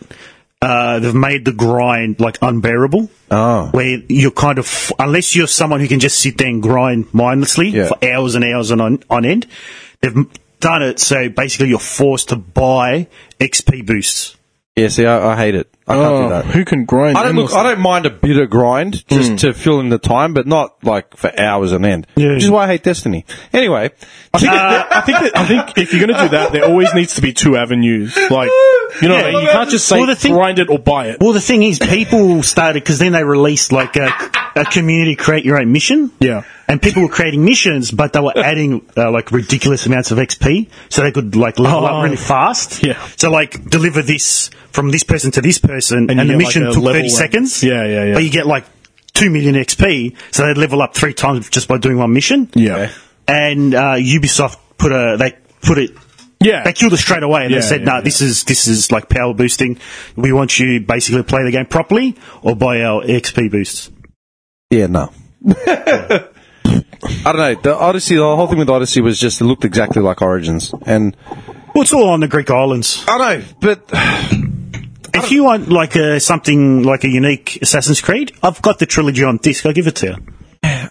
S2: Uh, they've made the grind like unbearable.
S1: Oh.
S2: Where you're kind of, f- unless you're someone who can just sit there and grind mindlessly
S1: Yeah.
S2: for hours and hours and on, on end, they've m- done it so basically you're forced to buy XP boosts.
S1: Yeah. See, I, I hate it. I can't do
S3: Oh,
S1: that.
S3: who can grind?
S1: I don't look. I don't mind a bit of grind just to fill in the time, but not like for hours on end.
S2: Yeah.
S1: Which is why I hate Destiny. Anyway,
S3: I think, that- Uh, I think that, I think if you're going to do that, there always needs to be two avenues. Like, you know, what I mean? you can't just say
S2: Well, the thing-
S3: grind it or buy it.
S2: Well, the thing is, people started because then they released like a, a community create your own mission.
S3: Yeah.
S2: And people were creating missions, but they were adding uh, like ridiculous amounts of XP, so they could like level
S3: Oh.
S2: up really fast.
S3: Yeah.
S2: So like deliver this from this person to this person,
S3: And
S2: and,
S3: you
S2: the
S3: get,
S2: mission
S3: like, a
S2: took
S3: level
S2: thirty
S3: and-
S2: seconds.
S3: Yeah, yeah, yeah.
S2: But you get like two million XP, so they level up three times just by doing one mission.
S3: Yeah.
S2: And uh, Ubisoft put a they put it
S3: Yeah.
S2: they killed us straight away, and
S3: Yeah,
S2: they said,
S3: yeah,
S2: "No,
S3: yeah.
S2: this is this is like power boosting. We want you basically to play the game properly or buy our XP boosts."
S1: yeah, no. I don't know. The Odyssey, the whole thing with Odyssey was just it looked exactly like Origins, and
S2: Well, it's all on the Greek islands.
S1: I know, but
S2: If you want like a, something like a unique Assassin's Creed, I've got the trilogy on disc. I'll give it to you.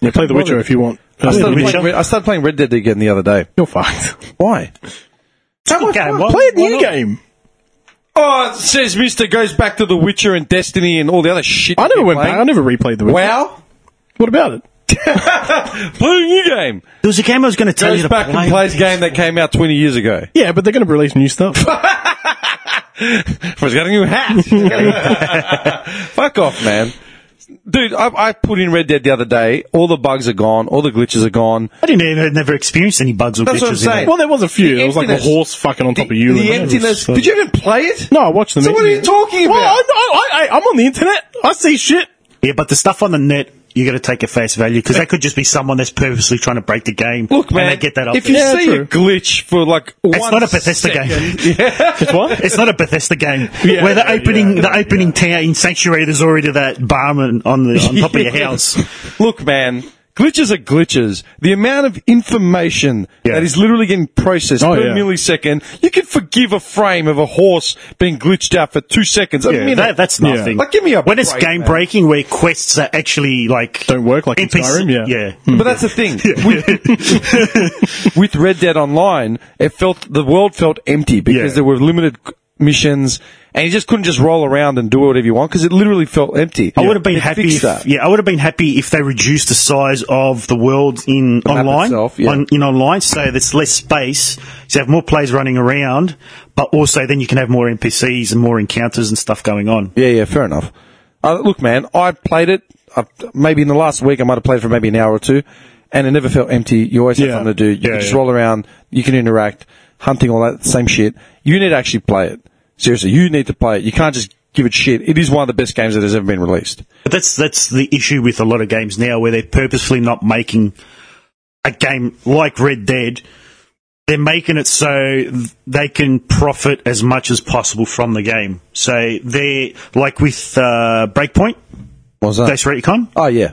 S3: Yeah, play The Witcher if you want.
S1: I started,
S2: Witcher.
S1: playing, Red- I started playing Red Dead again the other day.
S3: You're fucked.
S1: Why?
S2: It's a good game. Why-
S3: Play a
S2: why
S3: new
S2: not?
S3: game.
S1: Oh, it says Mister goes back to The Witcher and Destiny and all the other shit.
S3: I
S1: you
S3: never
S1: keep
S3: went back.
S1: playing.
S3: I never replayed The Witcher.
S1: Wow,
S3: What about it?
S1: play a new game.
S2: There was a game I was going to tell you
S1: Goes
S2: to
S1: back
S2: play.
S1: and plays a game that came out twenty years ago.
S3: Yeah, but they're going to release new stuff.
S1: He's got a new hat. Fuck off, man. Dude, I, I put in Red Dead the other day. All the bugs are gone. All the glitches are gone.
S2: I didn't even never experienced any bugs or
S1: That's what I'm
S2: glitches in
S1: saying.
S2: it.
S3: well, there was a few. There was like a
S1: emptiness.
S3: horse fucking on top of you.
S1: The
S3: and-
S1: emptiness. Did you even play it?
S3: No, I watched the
S1: So what are you talking about?
S3: Well, I, I, I, I'm on the internet. I see shit.
S2: Yeah, but the stuff on the net. You got to take at face value because that could just be someone that's purposely trying to break the game.
S1: Look, man.
S2: and they get that up.
S1: if you
S2: there.
S1: see a glitch for like one
S2: It's not a Bethesda game. It's not a Bethesda game
S3: Yeah,
S2: where the
S3: yeah,
S2: opening
S3: yeah,
S2: the opening tower in Sanctuary is already that barman on the on top of your house.
S1: Look, man. Glitches are glitches. The amount of information
S2: Yeah.
S1: that is literally getting processed
S3: Oh,
S1: per
S3: yeah.
S1: millisecond, you can forgive a frame of a horse being glitched out for two seconds. A minute.
S2: That, that's
S3: Yeah.
S2: nothing.
S1: Like, give me a
S2: when it's
S1: break,
S2: game
S1: man.
S2: breaking where quests are actually like
S3: Don't work like in Skyrim, yeah.
S2: yeah.
S1: But that's the thing. With, with Red Dead Online, it felt the world felt empty because
S2: Yeah.
S1: there were limited c- missions, and you just couldn't just roll around and do whatever you want because it literally felt empty.
S2: I would have been
S1: They
S2: happy.
S1: fixed
S2: If,
S1: that.
S2: Yeah, I would have been happy if they reduced the size of the world in
S1: map
S2: online,
S1: itself, yeah.
S2: on, in online, so there's less space. So you have more players running around, but also then you can have more NPCs and more encounters and stuff going on.
S1: yeah, yeah, fair enough. Uh, look, man, I played it. I, maybe in the last week, I might have played for maybe an hour or two, and it never felt empty. You always have
S3: Yeah.
S1: something to do. You
S2: Yeah,
S1: can just
S2: yeah.
S1: roll around. You can interact, hunting all that same shit. You need to actually play it. Seriously, you need to play it. You can't just give it shit. It is one of the best games that has ever been released.
S2: But that's that's the issue with a lot of games now, where they're purposefully not making a game like Red Dead. They're making it so th- they can profit as much as possible from the game. So they're like with uh, Breakpoint,
S1: Was that?
S2: Ghost Recon
S1: oh yeah.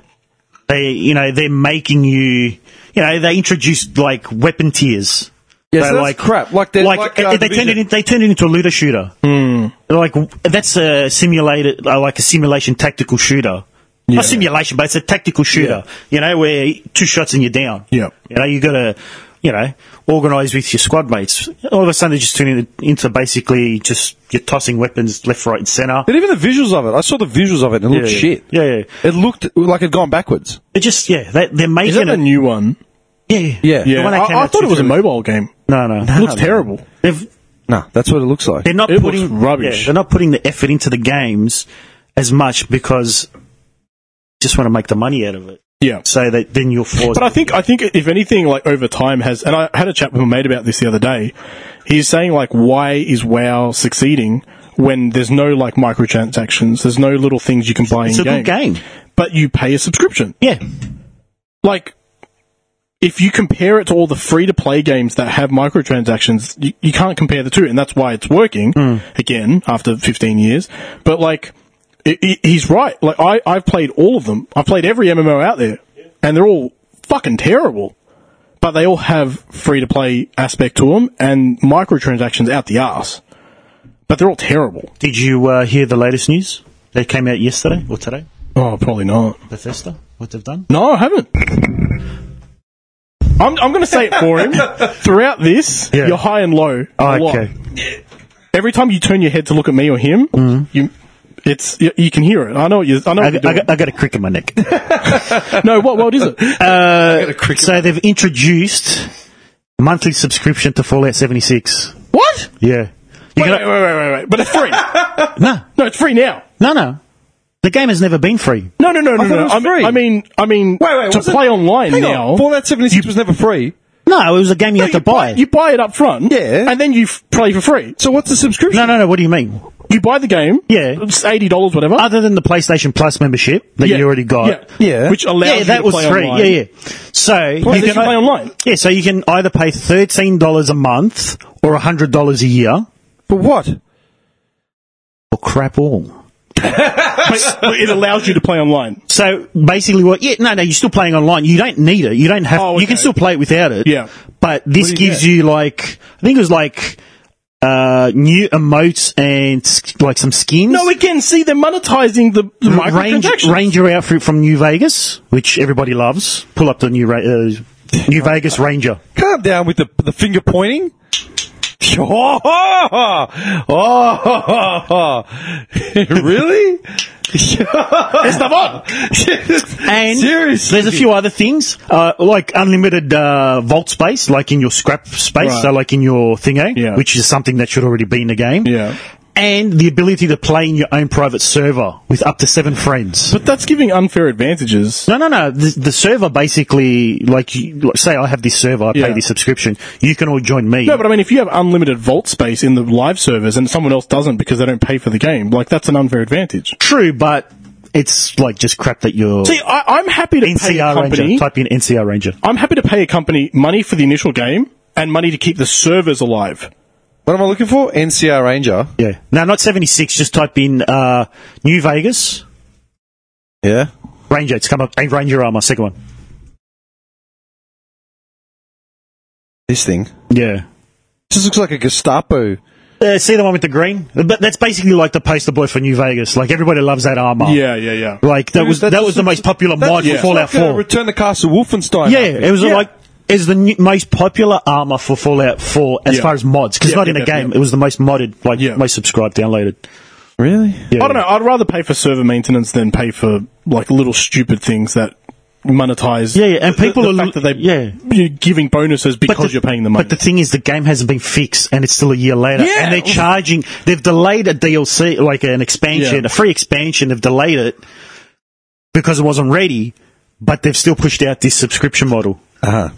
S2: they you know they're making you you know they introduced like weapon tiers
S1: Yeah, so
S2: They're
S1: that's crap. Like they're- like, uh,
S2: they turned
S1: Division.
S2: it in, they turned it into a looter shooter
S3: Hmm.
S2: like w- that's a simulated uh, like a simulation tactical shooter not simulation but it's a tactical shooter you know where two shots and you're down
S3: Yeah.
S2: you know you gotta you know organize with your squad mates all of a sudden they just turn it into basically just you're tossing weapons left right and center
S1: But even the visuals of it, I saw the visuals of it and it looked
S2: yeah.
S1: shit.
S2: Yeah, yeah.
S1: It looked like it'd gone backwards.
S2: it just yeah they, they're
S3: Is
S2: making
S3: that a
S2: it
S3: new one?
S2: yeah
S1: Yeah.
S2: The
S3: Yeah,
S2: one that came
S3: I, I
S2: out
S3: thought it was a
S2: two, three-
S3: mobile game.
S2: No, no,
S3: It looks terrible.
S2: They've,
S1: Nah, that's what it looks like.
S2: they're not
S3: It looks
S2: putting
S3: rubbish.
S2: yeah, they're not putting the effort into the games as much because they just want to make the money out of it.
S3: Yeah.
S2: So that then you're forced.
S3: But I think I think if anything, like over time has, and I had a chat with my mate about this the other day. He's saying like, why is WoW succeeding when there's no like microtransactions? There's no little things you can buy
S2: it's
S3: in
S2: a good game.
S3: but you pay a subscription.
S2: Yeah,
S3: Like, if you compare it to all the free to play games that have microtransactions, you, you can't compare the two, and that's why it's working again after 15 years. But like, i i he's right. Like, I, I've played all of them. I've played every MMO out there, and they're all fucking terrible. But they all have free to play aspect to them and microtransactions out the ass. But they're all terrible.
S2: did you uh, hear the latest news that came out yesterday or today?
S3: Oh, probably not.
S2: Bethesda, what they've done?
S3: No, I haven't. I'm, I'm going to say it for him. Throughout this,
S2: Yeah.
S3: you're high and low. a lot.
S2: okay,
S3: Every time you turn your head to look at me or him, you it's you, you can hear it. I know what you. Mm. I know.
S2: I,
S3: What you're
S2: got- I,
S3: doing.
S2: got, I got a crick in my neck.
S3: no, what world is it?
S2: Uh, so they've introduced monthly subscription to Fallout 76.
S3: what?
S2: Yeah, you
S3: Wait,
S2: gotta-
S3: wait, wait, wait, wait, wait. But it's free.
S2: no,
S3: no, it's free now.
S2: no, no. The game has never been free.
S3: No, no, no, no.
S1: thought
S3: no.
S1: it was
S3: I, mean-
S1: free.
S3: I mean, I mean,
S1: Wait, wait,
S3: to
S1: was it-
S3: play online
S1: Hang
S3: now.
S1: on, Fallout 76 was never free.
S2: No, it was a game you
S3: No,
S2: had to buy.
S3: You buy it up front,
S1: Yeah.
S3: and then you f- play for free.
S1: So what's the subscription?
S2: no, no, no. What do you mean?
S3: You buy the game,
S2: Yeah.
S3: it's eighty dollars, whatever.
S2: Other than the PlayStation Plus membership that
S3: Yeah,
S2: you already got,
S3: yeah,
S1: Yeah.
S3: which allows
S2: Yeah,
S3: you
S2: that
S3: to
S2: was
S3: play
S2: free.
S3: online.
S2: Yeah, yeah. So
S3: you can play online.
S2: Yeah, so you can either pay thirteen dollars a month or hundred dollars a year
S1: But what?
S2: or crap all.
S3: But it allows you to play online.
S2: So basically, what? Yeah, no, no. You're still playing online. You don't need it. You don't have.
S3: Oh,
S2: You can
S3: okay.
S2: still play it without it.
S3: Yeah.
S2: But this
S3: What do you
S2: gives
S3: get?
S2: you like I think it was like uh new emotes and s- like some skins.
S3: No, again, see, they're monetizing the, the
S2: Range,
S3: microtransactions.
S2: Ranger outfit from New Vegas, which everybody loves. Pull up the new Ra- uh, New Vegas Ranger.
S1: Calm down with the the finger pointing. Oh, oh, oh, oh. really?
S2: And
S1: Seriously?
S2: there's a few other things, uh, like unlimited uh, vault space, like in your scrap space,
S3: Right.
S2: so like in your thingo,
S3: Yeah.
S2: which is something that should already be in the game.
S3: Yeah.
S2: And the ability to play in your own private server with up to seven friends.
S3: But that's giving unfair advantages.
S2: No, no, no. The, the server basically, like, you, like, say I have this server, I pay
S3: Yeah.
S2: this subscription. You can all join me.
S3: No, but I mean, if you have unlimited vault space in the live servers and someone else doesn't because they don't pay for the game, like, that's an unfair advantage.
S2: True, but it's like just crap that you're
S3: See, I, I'm happy to pay a
S2: NCR
S3: company.
S2: Ranger. Type in NCR Ranger.
S3: I'm happy to pay a company money for the initial game and money to keep the servers alive.
S1: What am I looking for? NCR Ranger.
S2: Yeah. No, not seventy six. Just type in uh, New Vegas
S1: Yeah.
S2: Ranger. It's come up. And Ranger armor. Second one.
S1: This thing.
S2: Yeah.
S1: This looks like a Gestapo.
S2: Uh, see the one with the green? But that's basically like the poster boy for New Vegas. Like everybody loves that armor.
S3: Yeah, yeah, yeah.
S2: Oh. Like that
S1: Dude,
S2: was
S1: that
S2: that, was
S1: just-
S2: the most popular
S1: That
S2: mod
S1: looks
S2: for Fallout
S1: like, uh,
S2: Four.
S1: Return the Castle Wolfenstein.
S2: yeah,
S1: outfit.
S2: it was
S1: Yeah.
S2: like is the new, most popular armor for Fallout Four as
S3: Yeah.
S2: far as mods because
S3: Yeah,
S2: not in
S3: yeah,
S2: a game.
S3: yeah.
S2: It was the most modded, like
S3: Yeah.
S2: most subscribed, downloaded.
S1: Really?
S2: Yeah.
S3: I don't know. I'd rather pay for server maintenance than pay for, like, little stupid things that monetize.
S2: Yeah, yeah, and
S3: the-
S2: people
S3: the,
S2: are
S3: fact that they
S2: yeah.
S3: you're giving bonuses because you're paying the money.
S2: But the thing is, the game hasn't been fixed, and it's still a year later.
S1: Yeah.
S2: And they're charging. They've delayed a DLC, like an expansion,
S3: Yeah.
S2: a free expansion. They've delayed it because it wasn't ready. But they've still pushed out this subscription model.
S1: Uh huh.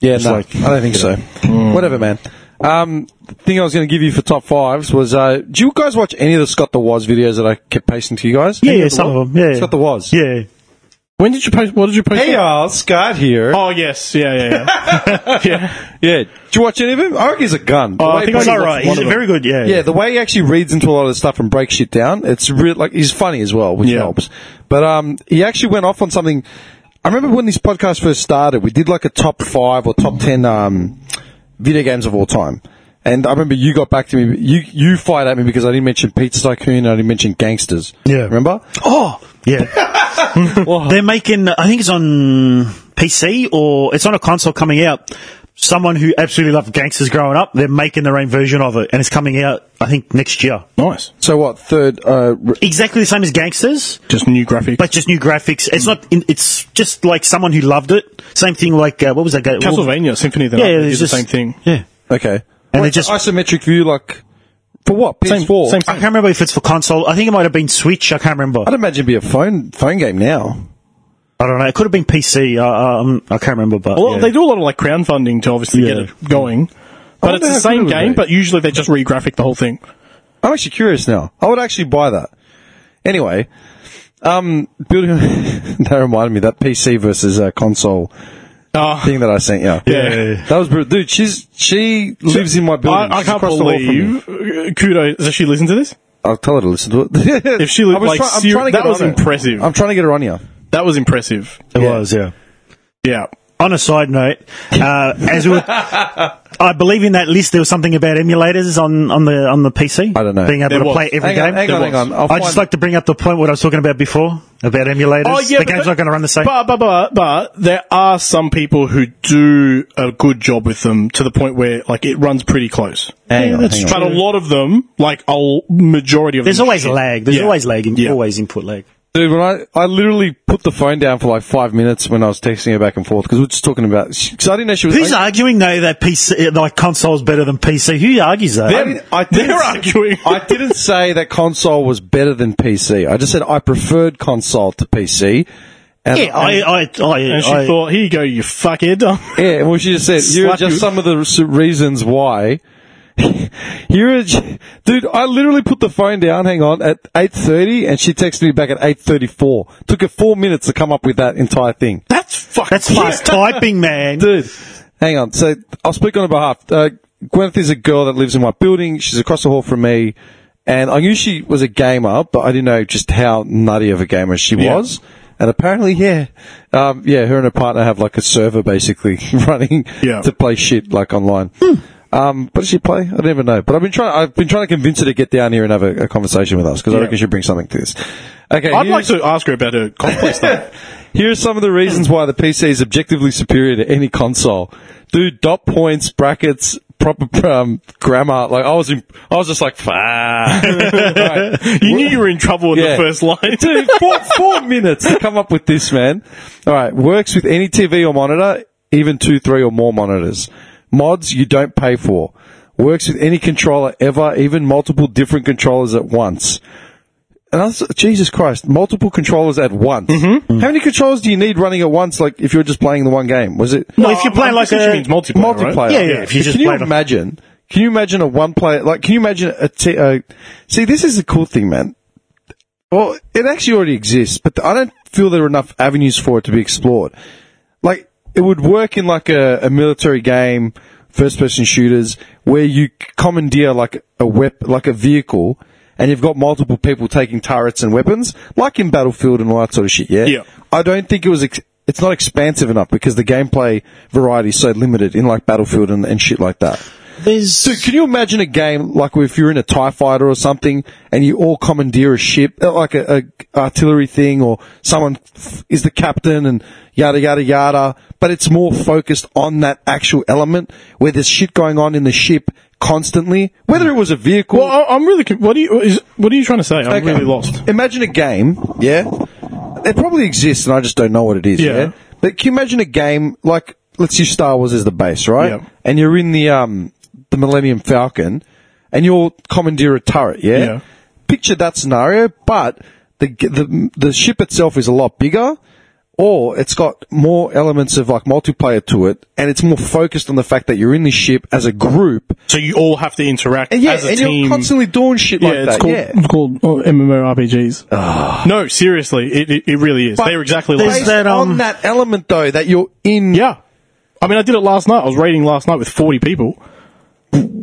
S1: Yeah, no,
S2: like- Hmm.
S1: I don't think so. Whatever, man. Um, the thing I was going to give you for top fives was, uh, do you guys watch any of the Scott the Woz videos that I kept pasting to you guys?
S2: Yeah,
S1: Any
S2: yeah,
S1: of the
S2: some
S1: Woz?
S2: of them. Yeah,
S1: Scott the Woz.
S2: Yeah.
S3: When did you post? What did you post?
S1: Hey uh, y'all, Scott here.
S3: Oh yes, yeah, yeah, yeah. yeah.
S1: Yeah, do you watch any of him? I reckon he's a gun. The
S3: Oh, I
S1: way
S3: think
S1: he
S3: I
S1: plays
S2: He's
S3: saw
S1: lots
S2: all
S1: of
S2: right.
S1: one
S2: He's
S1: of them.
S2: very good. Yeah.
S1: Yeah, the way he actually reads into a lot of stuff and breaks shit down, it's really like he's funny as well, which
S3: Yeah.
S1: helps. But um, he actually went off on something. I remember when this podcast first started, we did like a top five or top ten um, video games of all time. And I remember you got back to me. You you fired at me because I didn't mention Pizza Tycoon. and I didn't mention Gangsters.
S2: Yeah.
S1: remember?
S2: Oh, yeah. They're making. I think it's on PC or it's on a console coming out. Someone who absolutely loved gangsters growing up, they're making their own version of it, and it's coming out. I think next year.
S3: Nice.
S1: So what? Third? Uh, r-
S2: Exactly the same as gangsters,
S3: Just new graphic.
S2: but just new graphics. It's not. In, it's just like someone who loved it. Same thing like uh, what was that game?
S3: Castlevania Symphony of the
S2: Yeah,
S3: Night
S2: yeah,
S3: they
S2: it's
S3: did the
S2: just-
S3: same thing.
S2: Yeah.
S1: okay.
S2: And
S1: Well,
S2: they
S1: it's
S2: just-
S1: isometric view, like for what?
S3: Same-
S1: PS4.
S3: same-
S2: I can't remember if it's for console. I think it might have been Switch. I can't remember.
S1: I'd imagine it'd be a phone phone game now.
S2: I don't know. It could have been PC. Uh, um, I can't remember, but
S3: Well,
S2: yeah.
S3: they do a lot of like crowdfunding to obviously get
S2: Yeah.
S3: it going. But it's
S1: wonder
S3: the
S1: how
S3: same
S1: good it would
S3: game,
S1: be.
S3: but usually they just re-graphic the whole thing.
S1: I'm actually curious now. I would actually buy that. Anyway, um, building that reminded me that PC versus uh, console
S3: Oh,
S1: thing that I sent you. Yeah,
S3: Yeah.
S1: that was brutal, dude. She's she lives in my building.
S3: I, I
S1: She's
S3: can't
S1: across the wall from me.
S3: believe. uh, Kudos. Does she listen to this?
S1: I'll tell her to listen to it.
S3: If she looked
S1: I was
S3: like
S1: try- I'm
S3: serious-
S1: trying to
S3: that
S1: get her
S3: was
S1: on it.
S3: impressive.
S1: I'm trying to get her on here.
S3: That was impressive.
S2: it
S1: yeah.
S2: was. Yeah.
S3: Yeah.
S2: On a side note, uh, as we were, I believe in that list there was something about emulators on, on the on the PC.
S1: I don't know.
S2: Being able
S3: There
S2: to
S3: was.
S2: play every
S1: Hang
S2: game.
S1: on, hang on,
S3: There
S1: hang on.
S3: was.
S1: I'll
S2: I'd just
S1: find-
S2: like to bring up the point what I was talking about before about emulators. the
S3: Oh, but
S2: game's
S3: the-
S2: not going to run the same.
S3: But, but, but, but there are some people who do a good job with them to the point where like it runs pretty close.
S1: Hang on, hang
S3: But
S1: on.
S3: a lot of them, like a l- majority of
S2: There's
S3: them,
S2: always
S3: shit.
S2: lag. There's
S3: Yeah.
S2: always lag. In,
S3: Yeah.
S2: Always input lag.
S1: Dude, when I, I literally put the phone down for like five minutes when I was texting her back and forth because we were just talking about because I didn't know she was.
S2: Who's
S1: I,
S2: arguing though that PC uh, like console's better than PC? Who argues that?
S1: I didn't- I didn't-
S3: They're arguing.
S1: I didn't say that console was better than PC. I just said I preferred console to PC. And
S2: yeah, I, I, I,
S3: and she
S2: I-
S3: thought, "Here you go, you fuckhead."
S1: Yeah, well, she just said, here are
S3: Slap
S1: just
S3: you.
S1: some of the s- reasons why. here are, j- dude, I literally put the phone down, hang on, at 8.30, and she texted me back at 8.34. Took her four minutes to come up with that entire thing.
S3: That's fucking.
S2: that's fast typing, man.
S1: Dude, hang on. So, I'll speak on her behalf. Uh, Gwyneth is a girl that lives in my building. She's across the hall from me. And I knew she was a gamer, but I didn't know just how nutty of a gamer she
S3: Yeah.
S1: was. And apparently, yeah, um, yeah, her and her partner have like a server basically running
S3: Yeah. Hmm.
S1: to play shit like online. Um, what does she play? I don't even know. But I've been trying. I've been trying to convince her to get down here and have a, a conversation with us because I
S3: Yeah.
S1: reckon she'll bring something to this. Okay,
S3: I'd
S1: here's-
S3: like to ask her about her cosplay stuff.
S1: here are some of the reasons why the PC is objectively superior to any console. Dude, dot points, brackets, proper um, grammar. Like I was, in, I was just like, fuck. Right.
S3: You knew you were in trouble with
S1: Yeah.
S3: the first line.
S1: Dude, four, four minutes to come up with this, man. All right, works with any TV or monitor, even two, three, or more monitors. Mods you don't pay for. Works with any controller ever, even multiple different controllers at once. And I was, Jesus Christ, multiple controllers at once. How many controllers do you need running at once? Like if you're just playing the one game, was it?
S2: No, if you're playing
S3: I'm
S2: like
S3: guessing she
S2: a
S3: means multiplayer, right?
S1: multiplayer.
S2: Yeah, yeah, if you
S1: But
S2: just
S1: can you
S2: play the-
S1: imagine? Can you imagine a one player? Like, can you imagine a t- uh, see? This is the cool thing, man. Well, it actually already exists, but I don't feel there are enough avenues for it to be explored. Like, it would work in like a, a military game, first person shooters, where you commandeer like a wep- like a vehicle, and you've got multiple people taking turrets and weapons, like in Battlefield and all that sort of shit. Yeah.
S3: Yeah.
S1: I don't think it was. Ex- it's not expansive enough because the gameplay variety is so limited in like Battlefield and, and shit like that.
S2: There's
S1: Dude, can you imagine a game like if you're in a TIE fighter or something and you all commandeer a ship, uh, like a, a artillery thing or someone f- is the captain and yada, yada, yada, but it's more focused on that actual element where there's shit going on in the ship constantly, whether it was a vehicle.
S3: Well, I- I'm really. con- What are you? Is, what are you trying to say? I'm
S1: Okay.
S3: really lost.
S1: Imagine a game, yeah? It probably exists and I just don't know what it is, yeah?
S3: Yeah.
S1: But can you imagine a game like, let's use Star Wars as the base, right?
S3: Yeah.
S1: And you're in the, um, the Millennium Falcon and you're commandeer a turret, yeah?
S3: Yeah.
S1: Picture that scenario, but the, the, the ship itself is a lot bigger or it's got more elements of like multiplayer to it, and it's more focused on the fact that you're in this ship as a group,
S3: So you all have to interact
S1: and yeah,
S3: as a
S1: and
S3: team.
S1: you're constantly doing shit
S3: yeah,
S1: like
S3: it's
S1: that.
S3: called,
S1: yeah,
S3: it's called oh, MMORPGs. no, seriously, it, it, it really is. They're exactly like
S1: based
S3: that.
S2: that, um,
S1: on that element though that you're in.
S3: Yeah. I mean, I did it last night. I was raiding last night with 40 people.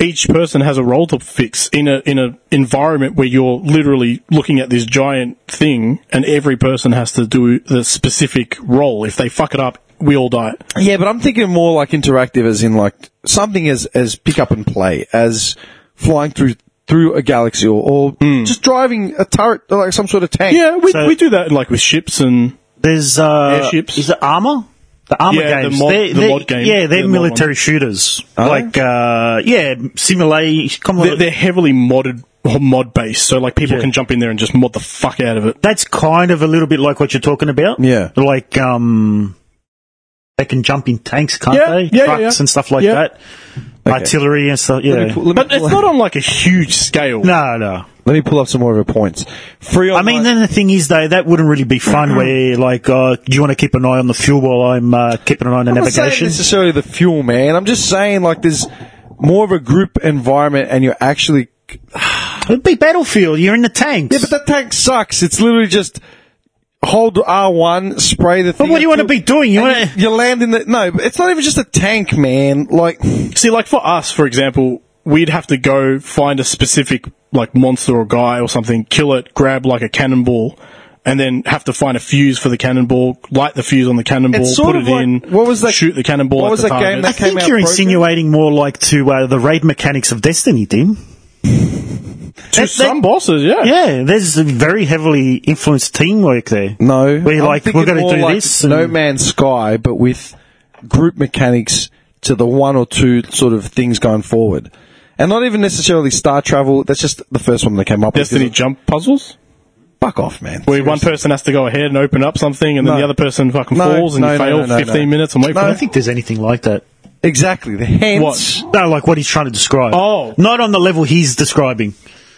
S3: Each person has a role to fix in a in a environment where you're literally looking at this giant thing, and every person has to do the specific role. If they fuck it up, we all die.
S1: Yeah, but I'm thinking more like interactive, as in like something as as pick up and play, as flying through through a galaxy, or, or just driving a turret, or like some sort of tank.
S3: Yeah, we,
S2: So-
S3: we do that like with ships and
S2: There's uh,
S3: Airships.
S2: Is it armor? The armor
S3: Yeah, the
S2: games.
S3: mod-
S2: they're,
S3: the
S2: they're-
S3: mod game.
S2: Yeah, they're
S3: The mod
S2: military shooters. Like, uh, yeah, simulate. Come on,
S3: they're, they're heavily modded mod based. So like people
S2: Yeah.
S3: can jump in there and just mod the fuck out of it.
S2: that's kind of a little bit like what you're talking about.
S1: Yeah.
S2: like um, they can jump in tanks, can't
S3: Yeah,
S2: they?
S3: yeah, yeah,
S2: Trucks
S3: yeah.
S2: and stuff like
S3: Yeah.
S2: that. Artillery and stuff.
S1: Let
S2: Yeah.
S1: me pull- let me
S3: But it's
S1: pull-
S3: not on like a huge scale.
S2: No, no.
S1: Let me pull up some more of her points. Free.
S2: I mean,
S1: online-
S2: then the thing is, though, that wouldn't really be fun. where, like, uh, do you want to keep an eye on the fuel while I'm uh, keeping an eye on the
S1: I'm not saying
S2: navigation?
S1: necessarily the fuel, man. I'm just saying like there's more of a group environment, and you're actually.
S2: It'd be battlefield. You're in the tanks.
S1: Yeah, but that tank sucks. It's literally just hold R1, spray the thing.
S2: what do you want to be doing? You
S1: And
S2: want to
S1: you land in the no. but It's not even just a tank, man. Like.
S3: See, like for us, for example, we'd have to go find a specific like monster or guy or something, kill it, grab like a cannonball, and then have to find a fuse for the cannonball, light the fuse on the cannonball,
S1: It's sort
S3: put
S1: of
S3: it
S1: like-
S3: in,
S1: what was that-
S3: shoot the cannonball.
S1: what
S3: at
S1: was
S3: the
S1: that game
S3: target.
S1: that
S2: I think
S1: came out
S2: you're
S1: broken?
S2: insinuating more like to uh, the raid mechanics of Destiny, Tim.
S3: to
S2: that-
S3: some bosses? Yeah,
S2: Yeah, there's a very heavily influenced teamwork there.
S1: No,
S2: Where you're
S1: I'm
S2: like,
S1: thinking
S2: we're going
S1: more
S2: to do
S1: like
S2: this.
S1: No
S2: and-
S1: Man's Sky, but with group mechanics to the one or two sort of things going forward, and not even necessarily star travel. That's just the first one that came up. with.
S3: Destiny jump puzzles.
S1: fuck off, man.
S3: Where one person has to go ahead and open up something, and then
S1: No.
S3: the other person fucking
S1: No,
S3: falls, and
S1: no,
S3: you
S1: no,
S3: fail
S1: no, no, no.
S3: fifteen minutes and wait
S1: No,
S3: for
S2: I
S3: it.
S2: don't think there's anything like that.
S1: exactly. The hands.
S2: No, like what he's trying to describe.
S3: Oh.
S2: Not on the level he's describing.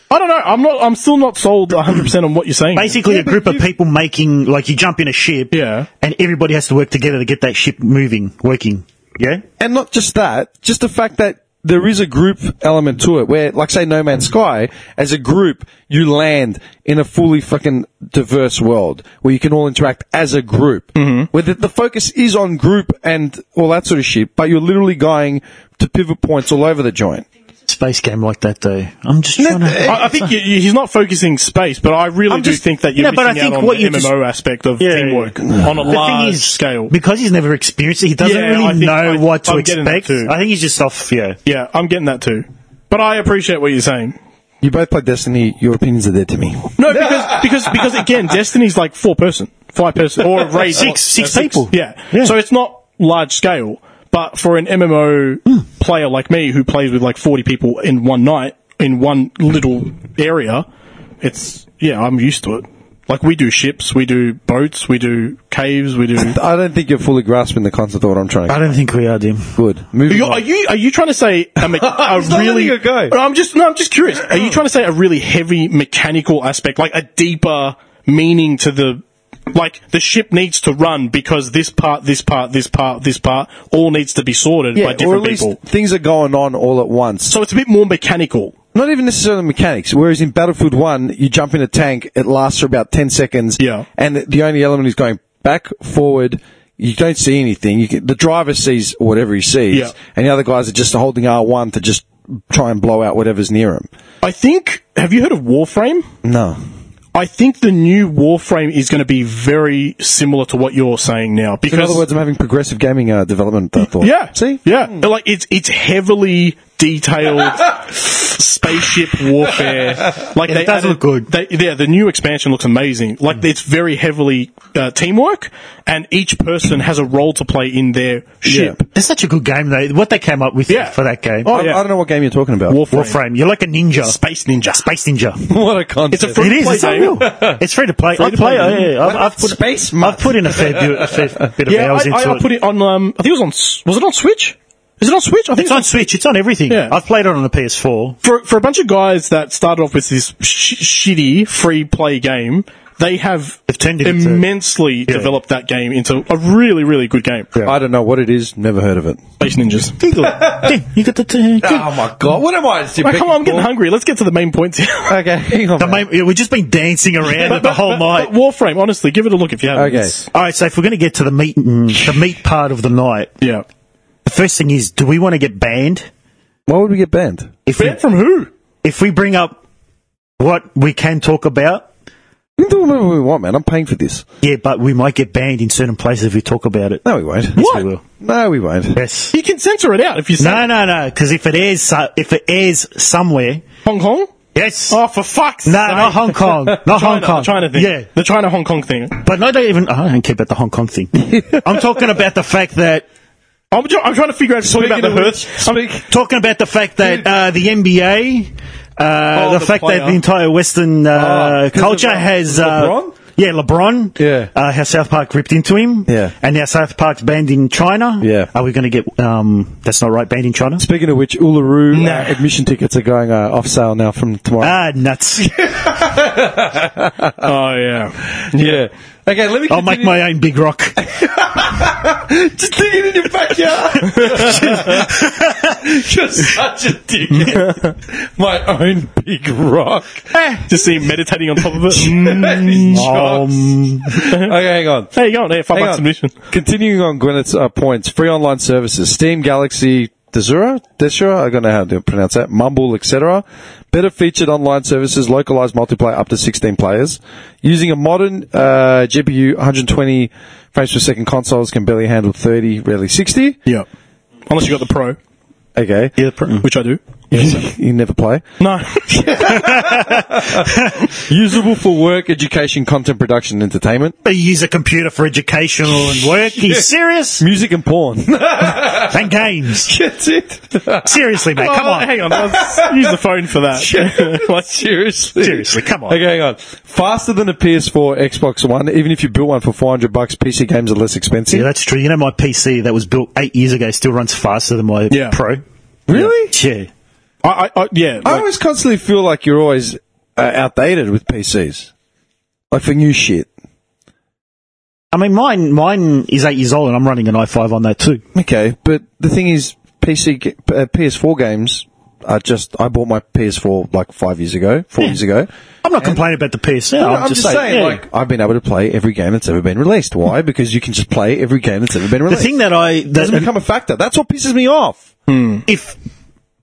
S3: I don't know. I'm not. I'm still not sold 100 percent on what you're saying.
S2: Basically, a group of people making, like, you jump in a ship,
S3: Yeah.
S2: and everybody has to work together to get that ship moving, working. Yeah?
S1: And not just that, just the fact that there is a group element to it where, like, say, No Man's Sky, as a group, you land in a fully fucking diverse world where you can all interact as a group. Mm-hmm. Where the, the focus is on group and all that sort of shit, but you're literally going to pivot points all over the joint.
S2: Space game like that, though. I'm just trying to.
S3: I, I think you, you, he's not focusing space, but I really
S2: I'm
S3: do
S2: just-
S3: think that you're
S2: No, but
S3: missing
S2: I think
S3: out on
S2: what
S3: the
S2: you
S3: MMO
S2: just-
S3: aspect of
S2: Yeah,
S3: teamwork
S2: yeah.
S3: on a large scale.
S2: because he's never experienced it, he doesn't
S3: Yeah,
S2: really
S3: I think-
S2: know
S3: I-
S2: what to
S3: I'm getting that
S2: expect.
S3: too.
S2: I think he's just off. Yeah,
S3: Yeah, I'm getting that too. But I appreciate what you're saying.
S1: You both play Destiny, your opinions are dead to me.
S3: No, because because because again, Destiny's like four person, five person, or a raid
S2: Six-
S3: Uh,
S2: six people.
S3: Yeah.
S2: Yeah.
S3: so it's not large scale. But for an MMO player like me who plays with like 40 people in one night in one little area, it's yeah, I'm used to it. Like we do ships, we do boats, we do caves, we do
S1: I don't think you're fully grasping the concept of what I'm trying to
S2: I don't think we are, Dim.
S1: Good. Moving
S3: You-
S1: on.
S3: are you are you trying to say a, me- a
S1: He's not
S3: really?
S1: letting it go.
S3: No, I'm just no. I'm just curious. Are you trying to say a really heavy mechanical aspect, like a deeper meaning to the? Like the ship needs to run because this part, this part, this part, this part all needs to be sorted by
S1: or
S3: different
S1: at least
S3: people.
S1: things are going on all at once.
S3: So it's a bit more mechanical.
S1: Not even necessarily mechanics. Whereas in Battlefield One, you jump in a tank, it lasts for about ten seconds.
S3: Yeah.
S1: and the only element is going back, forward. You don't see anything. You can, the driver sees whatever he sees,
S3: Yeah.
S1: and the other guys are just holding R one to just try and blow out whatever's near him.
S3: I think. Have you heard of Warframe?
S1: No,
S3: I think the new Warframe is going to be very similar to what you're saying now.
S1: in
S3: Because
S1: other words, I'm having progressive gaming uh, development. I thought.
S3: Yeah.
S1: See.
S3: Yeah.
S2: Hmm.
S3: Like it's it's heavily detailed spaceship warfare. Like
S2: Yeah, it does look good. Hmm.
S3: They, yeah, the new expansion looks amazing. Like it's very heavily uh, teamwork, and each person has a role to play in their ship.
S2: It's such a good game, though. What they came up with
S3: Yeah.
S2: for that game,
S3: Oh,
S1: I,
S3: yeah.
S1: I don't know what game you're talking about.
S3: Warframe.
S2: Warframe. You're like a ninja,
S3: Space Ninja.
S2: space ninja.
S1: what a concept!
S3: It's a free
S2: it is.
S3: play
S2: It's
S3: game.
S2: unreal. it's free to play. I
S3: to
S2: play.
S3: play,
S2: it, yeah. I've, I've put
S1: space
S2: I've put in a fair bit, a fair bit of
S3: Yeah,
S2: hours
S3: I,
S2: into
S3: I, I
S2: it.
S3: put it on. Um, I think it was on. S- Was it on Switch? Is it on Switch? I think
S2: It's on Switch. It's on everything.
S3: Yeah.
S2: I've played it on the PS4.
S3: for for a bunch of guys that started off with this sh- shitty free play game, they have
S2: They've turned it into-
S3: immensely
S2: Yeah.
S3: developed that game into a really, really good game.
S2: Yeah.
S1: I don't know what it is. Never heard of it.
S3: Space Ninjas.
S2: Yeah, you got the. T-
S1: Oh my god! What am I?
S3: Right, come on, I'm getting hungry. Let's get to the main points here.
S1: Okay, hang on.
S2: the main, yeah, we've just been dancing around it the whole night.
S3: But Warframe, honestly, give it a look if you haven't.
S1: Okay.
S3: It's-
S2: All right, so if we're going to get to the meat, the meat part of the night,
S3: Yeah.
S2: the first thing is, do we want to get banned?
S1: Why would we get banned?
S2: If we,
S3: Banned from who?
S2: if we bring up what we can talk about,
S1: We can do whatever we want, man. I'm paying for this.
S2: yeah, but we might get banned in certain places if we talk about it.
S1: No, we won't.
S2: Yes, we
S3: What?
S2: will.
S1: No, we won't.
S2: Yes.
S3: You can censor it out if you say
S2: No, no, no. Because if it airs, so- if it airs somewhere,
S3: Hong Kong.
S2: yes.
S3: Oh, for fuck's
S2: no,
S3: sake.
S2: not Hong Kong, not Hong
S3: China,
S2: Kong,
S3: The China thing.
S2: Yeah,
S3: The China Hong Kong thing.
S2: but I don't even. I don't care about the Hong Kong thing. I'm talking about the fact that
S3: I'm, ju- I'm trying to figure out if you're talking about the Hearth.
S1: Speak.
S2: talking about the fact that uh, the NBA, uh,
S3: Oh,
S2: the,
S3: the
S2: fact
S3: player.
S2: that the entire Western
S1: Ah,
S2: uh,
S1: 'cause
S2: culture
S1: of, uh,
S2: has uh,
S1: LeBron?
S2: Yeah, LeBron.
S1: Yeah.
S2: uh, how South Park ripped into him.
S1: Yeah.
S2: and now South Park's banned in China.
S1: Yeah.
S2: are we going to get? Um, that's not right. Banned in China.
S1: Speaking of which, Uluru
S3: Nah.
S1: uh, admission tickets are going uh, off sale now from tomorrow.
S2: Ah, nuts!
S3: Oh, yeah.
S1: yeah. Okay, let me.
S2: I'll make my own big rock.
S1: Just dig it in your backyard. You're such a dickhead. my own big rock.
S3: Just see him meditating on top of it. Mm.
S1: Oh,
S2: Um,
S1: Okay, hang on.
S3: There you go. There, five
S1: Hang on.
S3: bucks submission.
S1: Continuing on Gwyneth's uh, points, free online services, Steam Galaxy Desura, Desura, I don't know how to pronounce that, Mumble, etc. Better featured online services, localized multiplayer up to 16 players. Using a modern uh, GPU, 120 frames per second consoles can barely handle 30, rarely 60.
S3: Yeah. Unless you got the Pro,
S1: Okay.
S2: yeah, pr-
S3: which I do.
S1: you never play.
S3: No.
S1: Usable for work, education, content production, entertainment.
S2: but you use a computer for educational and work. Are you serious?
S1: Music and porn.
S2: and games.
S1: That's it.
S2: Seriously, mate. Come
S3: Oh,
S2: on.
S3: Hang on. Let's use the phone for that.
S1: like, seriously.
S2: Seriously, come on.
S1: Okay, hang on. Faster than a PS4, Xbox One. Even if you built one for 400 bucks, PC games are less expensive.
S2: Yeah, that's true. You know, my PC that was built eight years ago still runs faster than my
S3: Yeah.
S2: Pro.
S1: really?
S2: Yeah.
S3: I, I, I, yeah.
S1: I
S3: like-
S1: always constantly feel like you're always uh, outdated with PCs. Like for new shit.
S2: I mean, mine mine is eight years old, and I'm running an i5 on that too.
S1: Okay, but the thing is, PC, ga- uh, PS4 games are just, I bought my PS4 like five years ago, four years ago.
S2: I'm not complaining about the PS.
S1: No, I'm, just, saying, like, I've been able to play every game that's ever been released. Why? Because you can just play every game that's ever been
S2: the
S1: released.
S2: thing that I
S1: it doesn't
S2: that
S1: become a factor. That's what pisses me off.
S2: if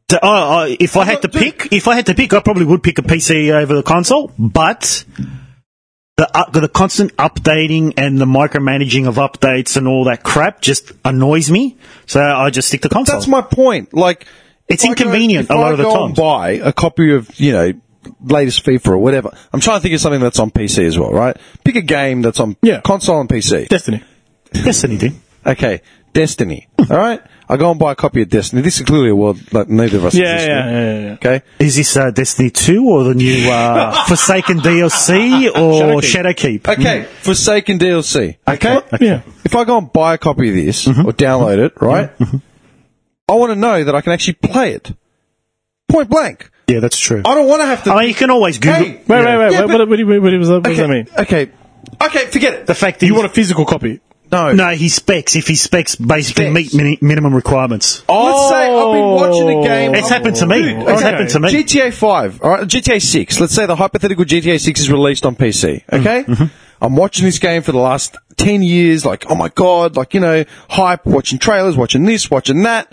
S2: the, I I if I had to pick, if I had to pick, I probably would pick a PC over the console, but. The, up the constant updating and the micromanaging of updates and all that crap just annoys me. So I just stick to console.
S1: That's my point. Like,
S2: It's
S1: if I go-
S2: inconvenient
S1: if
S2: a lot
S1: I
S2: of the
S1: go and
S2: times.
S1: buy a copy of you know latest FIFA or whatever. I'm trying to think of something that's on PC as well, right? Pick a game that's on
S3: Yeah.
S1: console and PC.
S3: Destiny.
S2: yes, anything.
S1: okay, Destiny. all right, I go and buy a copy of Destiny. This is clearly a world that neither of us.
S3: Yeah,
S1: exist in.
S3: yeah, yeah, yeah, yeah.
S1: Okay,
S2: Is this uh, Destiny 2 or the new uh, Forsaken DLC or Shadowkeep?
S1: okay. Forsaken DLC. Okay?
S3: Yeah.
S1: if I go and buy a copy of this or download it, right? I want to know that I can actually play it. Point blank.
S2: Yeah, that's true.
S1: I don't want to have to
S2: I mean, you can always Google.
S1: Hey,
S3: Wait, wait, wait.
S1: Yeah,
S3: what,
S1: but-
S3: what, what, do you- what, does that- what does that mean?
S1: Okay. Okay, forget it.
S2: The fact that
S3: You
S2: he's-
S3: want a physical copy?
S1: No.
S2: no, he specs. If he specs, basically
S1: Specs.
S2: meet mini- minimum requirements.
S3: Oh.
S1: Let's say I've been watching a game.
S2: It's happened to me.
S1: Dude,
S2: It's
S1: okay.
S2: happened to me.
S1: GTA 5, all right, GTA 6. Let's say the hypothetical GTA 6 is released on PC,
S2: Mm-hmm.
S1: okay? I'm watching this game for the last 10 years, like, oh my god, like, you know, hype, watching trailers, watching this, watching that.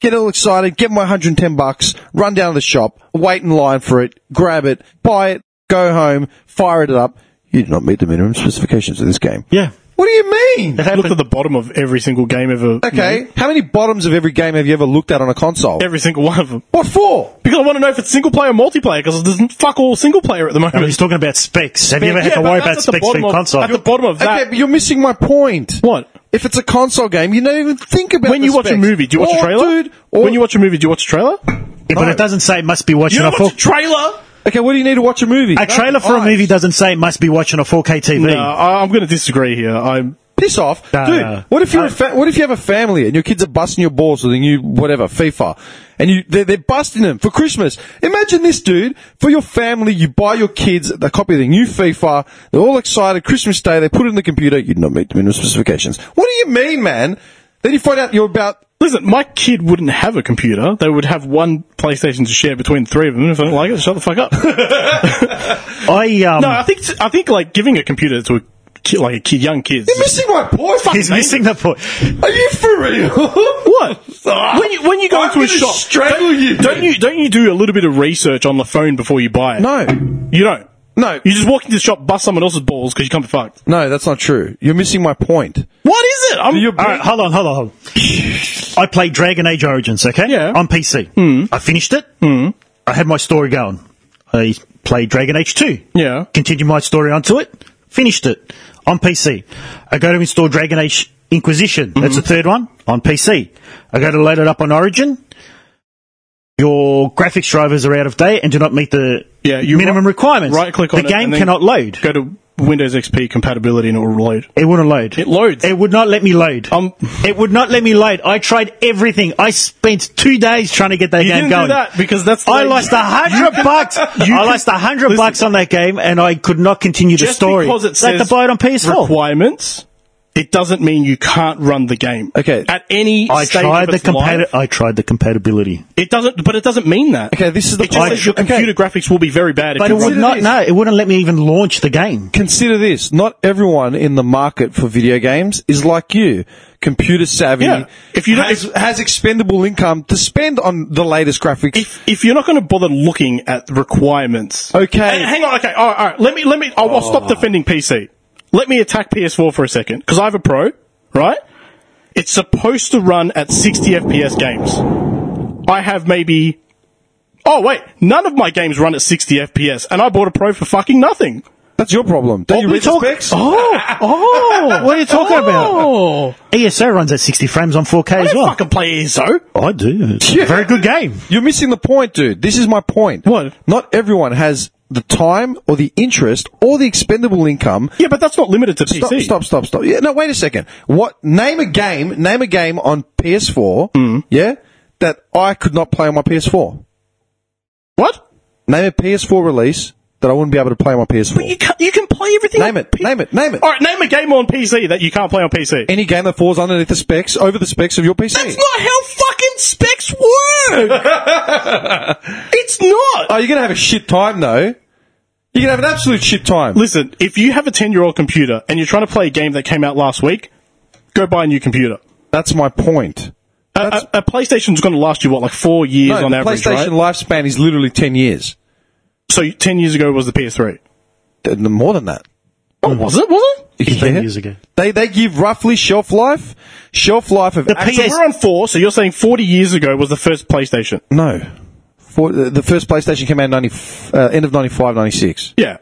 S1: Get all excited, get my 110 bucks, run down to the shop, wait in line for it, grab it, buy it, go home, fire it up. You did not meet the minimum specifications of this game.
S2: Yeah.
S1: What do you mean?
S3: It looked at the bottom of every single game ever.
S1: Okay.
S3: made.
S1: How many bottoms of every game have you ever looked at on a console?
S3: Every single one of them.
S1: What for?
S3: Because I want to know if it's single player or multiplayer, because there's fuck all single player at the moment.
S2: I mean, he's talking about specs. Have you ever had
S3: Yeah,
S2: to
S3: but
S2: worry
S3: that's
S2: about
S3: at the
S2: specs for
S3: bottom
S2: your
S3: of-
S2: console?
S3: At the bottom of that.
S1: Okay, but you're missing my point.
S3: What?
S1: If it's a console game, you don't even think about
S3: When
S1: the
S3: you watch a
S1: specs.
S3: movie, do you watch
S1: Or,
S3: a trailer?
S1: Dude, or,
S3: when you watch a movie, do you watch a trailer?
S2: Yeah, but it doesn't say it must be watching
S3: You
S2: a
S3: don't
S2: full.
S3: watch a trailer?
S1: okay, what do you need to watch a movie?
S2: a trailer for a movie doesn't say it must be watching a 4K TV.
S3: No, I- I'm going to disagree here. I'm.
S1: piss off,
S2: No,
S1: dude.
S2: no.
S1: What if you're a fa- what if you have a family and your kids are busting your balls with the new whatever FIFA, and you they're, they're busting them for Christmas? Imagine this, dude. For your family, you buy your kids a copy of the new FIFA. They're all excited. Christmas Day, they put it in the computer. You did not meet the minimum specifications. What do you mean, man? Then you find out you're about.
S3: Listen, my kid wouldn't have a computer. They would have one PlayStation to share between the three of them. If I don't like it, shut the fuck up.
S2: I um,
S3: no, I think I think like giving a computer to a kid, like a kid, young kids.
S1: You're missing my point.
S2: he's missing the point.
S1: Are you for real? Ah,
S3: What? when you when you go
S1: I'm
S3: into a
S1: gonna
S3: shop,
S1: strangle
S3: don't,
S1: you.
S3: Don't you don't you do a little bit of research on the phone before you buy it?
S1: No.
S3: you don't.
S1: No.
S3: you just walk into the shop, bust someone else's balls because you can't be fucked.
S1: No, that's not true. You're missing my point.
S3: What is it? I'm
S1: You're-
S2: All right, hold on, hold on, hold on. I played Dragon Age Origins, okay?
S3: Yeah. Hmm.
S2: On PC. I finished it. Mm. I had my story going. I played Dragon Age 2.
S3: Yeah.
S2: Continued my story onto it. Finished it. On PC. I go to install Dragon Age Inquisition.
S3: Mm-hmm.
S2: That's the third one. On PC. I go to load it up on Origin. Your graphics drivers are out of date and do not meet the
S3: Yeah, you
S2: minimum
S3: ri-
S2: requirements.
S3: Right click
S2: the
S3: on it.
S2: game
S3: and then
S2: cannot load.
S3: Go to Windows XP compatibility and it will load.
S2: It wouldn't load.
S3: It loads.
S2: It would not let me load.
S3: Um,
S2: It would not let me load. I tried everything. I spent two days trying to get that
S3: you
S2: game
S3: didn't
S2: going.
S3: do that because that's.
S2: I
S3: like-
S2: lost a hundred bucks. I lost a hundred bucks on that game, and I could not continue the
S3: Just
S2: story.
S3: because it
S2: It's like
S3: says
S2: to buy it on PS4.
S3: requirements, it doesn't mean you can't run the game.
S1: Okay.
S3: At any
S2: I
S3: stage
S2: tried
S3: of
S2: the
S3: its life,
S2: compati- I tried the compatibility,
S3: It doesn't, but it doesn't mean that.
S1: Okay, this is the
S3: It just
S1: point.
S3: says your
S1: Okay.
S3: computer graphics will be very bad.
S2: but it
S3: if you run
S2: would
S1: Consider
S2: not.
S1: this.
S2: No, it wouldn't let me even launch the game.
S1: Consider this: not everyone in the market for video games is like you, computer savvy.
S3: Yeah. If you don't-
S1: has,
S3: if-
S1: has expendable income to spend on the latest graphics,
S3: if if you're not going to bother looking at the requirements,
S1: Okay. Oh.
S3: Hey, hang on. Okay, all right, all right. Let me let me. I'll, I'll stop defending PC. Let me attack PS4 for a second because I have a Pro, right? It's supposed to run at 60 FPS games. I have maybe. Oh wait, none of my games run at 60 FPS, and I bought a Pro for fucking nothing.
S1: that's your problem. Don't you read the specs?
S3: Oh, oh,
S2: What are you talking
S3: Oh.
S2: ESO runs at sixty frames on 4K
S3: I
S2: as
S3: don't
S2: well.
S3: fucking play ESO.
S2: I do. It's a Very good game.
S1: You're missing the point, dude. This is my point.
S3: What?
S1: Not everyone has the time or the interest or the expendable income
S3: Yeah, but that's not limited to
S1: Stop,
S3: PC.
S1: stop, stop, stop. Yeah, no, wait a second. What? Name a game. Name a game on PS4.
S3: Mm.
S1: Yeah, that I could not play on my PS4.
S3: What?
S1: Name a PS4 release that I wouldn't be able to play on my PS4.
S3: But you can, you can play everything.
S1: name
S3: on
S1: it. Name it. Name it.
S3: All right, name a game on PC that you can't play on PC.
S1: Any game that falls underneath the specs, over the specs of your PC.
S3: That's not how fucking specs work. it's not.
S1: oh, you're gonna have a shit time though. You're gonna have an absolute shit time.
S3: Listen, if you have a ten-year-old computer and you're trying to play a game that came out last week, go buy a new computer.
S1: That's my point.
S3: A, a, a PlayStation's going to last you what, like four years
S1: No,
S3: Uh, on
S1: the
S3: average,
S1: PlayStation
S3: right?
S1: lifespan is literally ten years.
S3: So ten years ago was the PS3.
S1: Th- More than that.
S3: Oh, was it? Was it?
S1: Yeah.
S2: years ago.
S1: They they give roughly shelf life, shelf life of
S2: The
S1: actual-
S2: PS
S3: So we're on four. So you're saying forty years ago was the first PlayStation?
S1: No. For, the the first PlayStation came out in 90, f- uh, end of 95, 96.
S3: Yeah,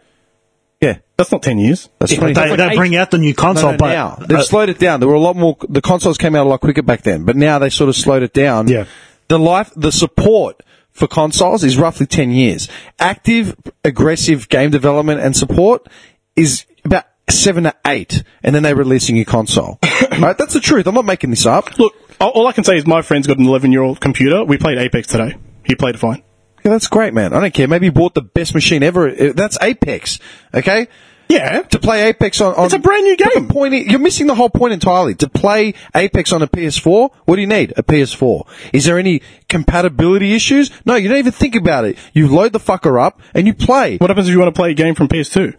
S1: Yeah.
S3: that's not ten years.
S1: That's
S2: They,
S1: twenty. that's like
S2: they
S1: eight-
S2: bring out the new
S1: no,
S2: console,
S1: no,
S2: but
S1: now.
S3: Uh,
S1: They've slowed it down. There were a lot more, the consoles came out a lot quicker back then, but now they sort of slowed it down.
S2: Yeah.
S1: The life, the support for consoles is roughly 10 years. Active, aggressive game development and support is about seven to eight, and then they're releasing a console. right? That's the truth. I'm not making this up.
S3: Look, all, all I can say is my friend's got an 11 year old computer. We played Apex today. He played it fine.
S1: Yeah, that's great, man. I don't care. Maybe you bought the best machine ever. Uh, That's Apex. Okay?
S3: Yeah.
S1: to play Apex on, on
S3: It's a brand new
S1: But the
S3: game.
S1: point is- you're missing the whole point entirely. To play Apex on a PS4, what do you need? A PS4. Is there any compatibility issues? No, you don't even think about it. You load the fucker up and you play.
S3: What happens if you want to play a game from PS2?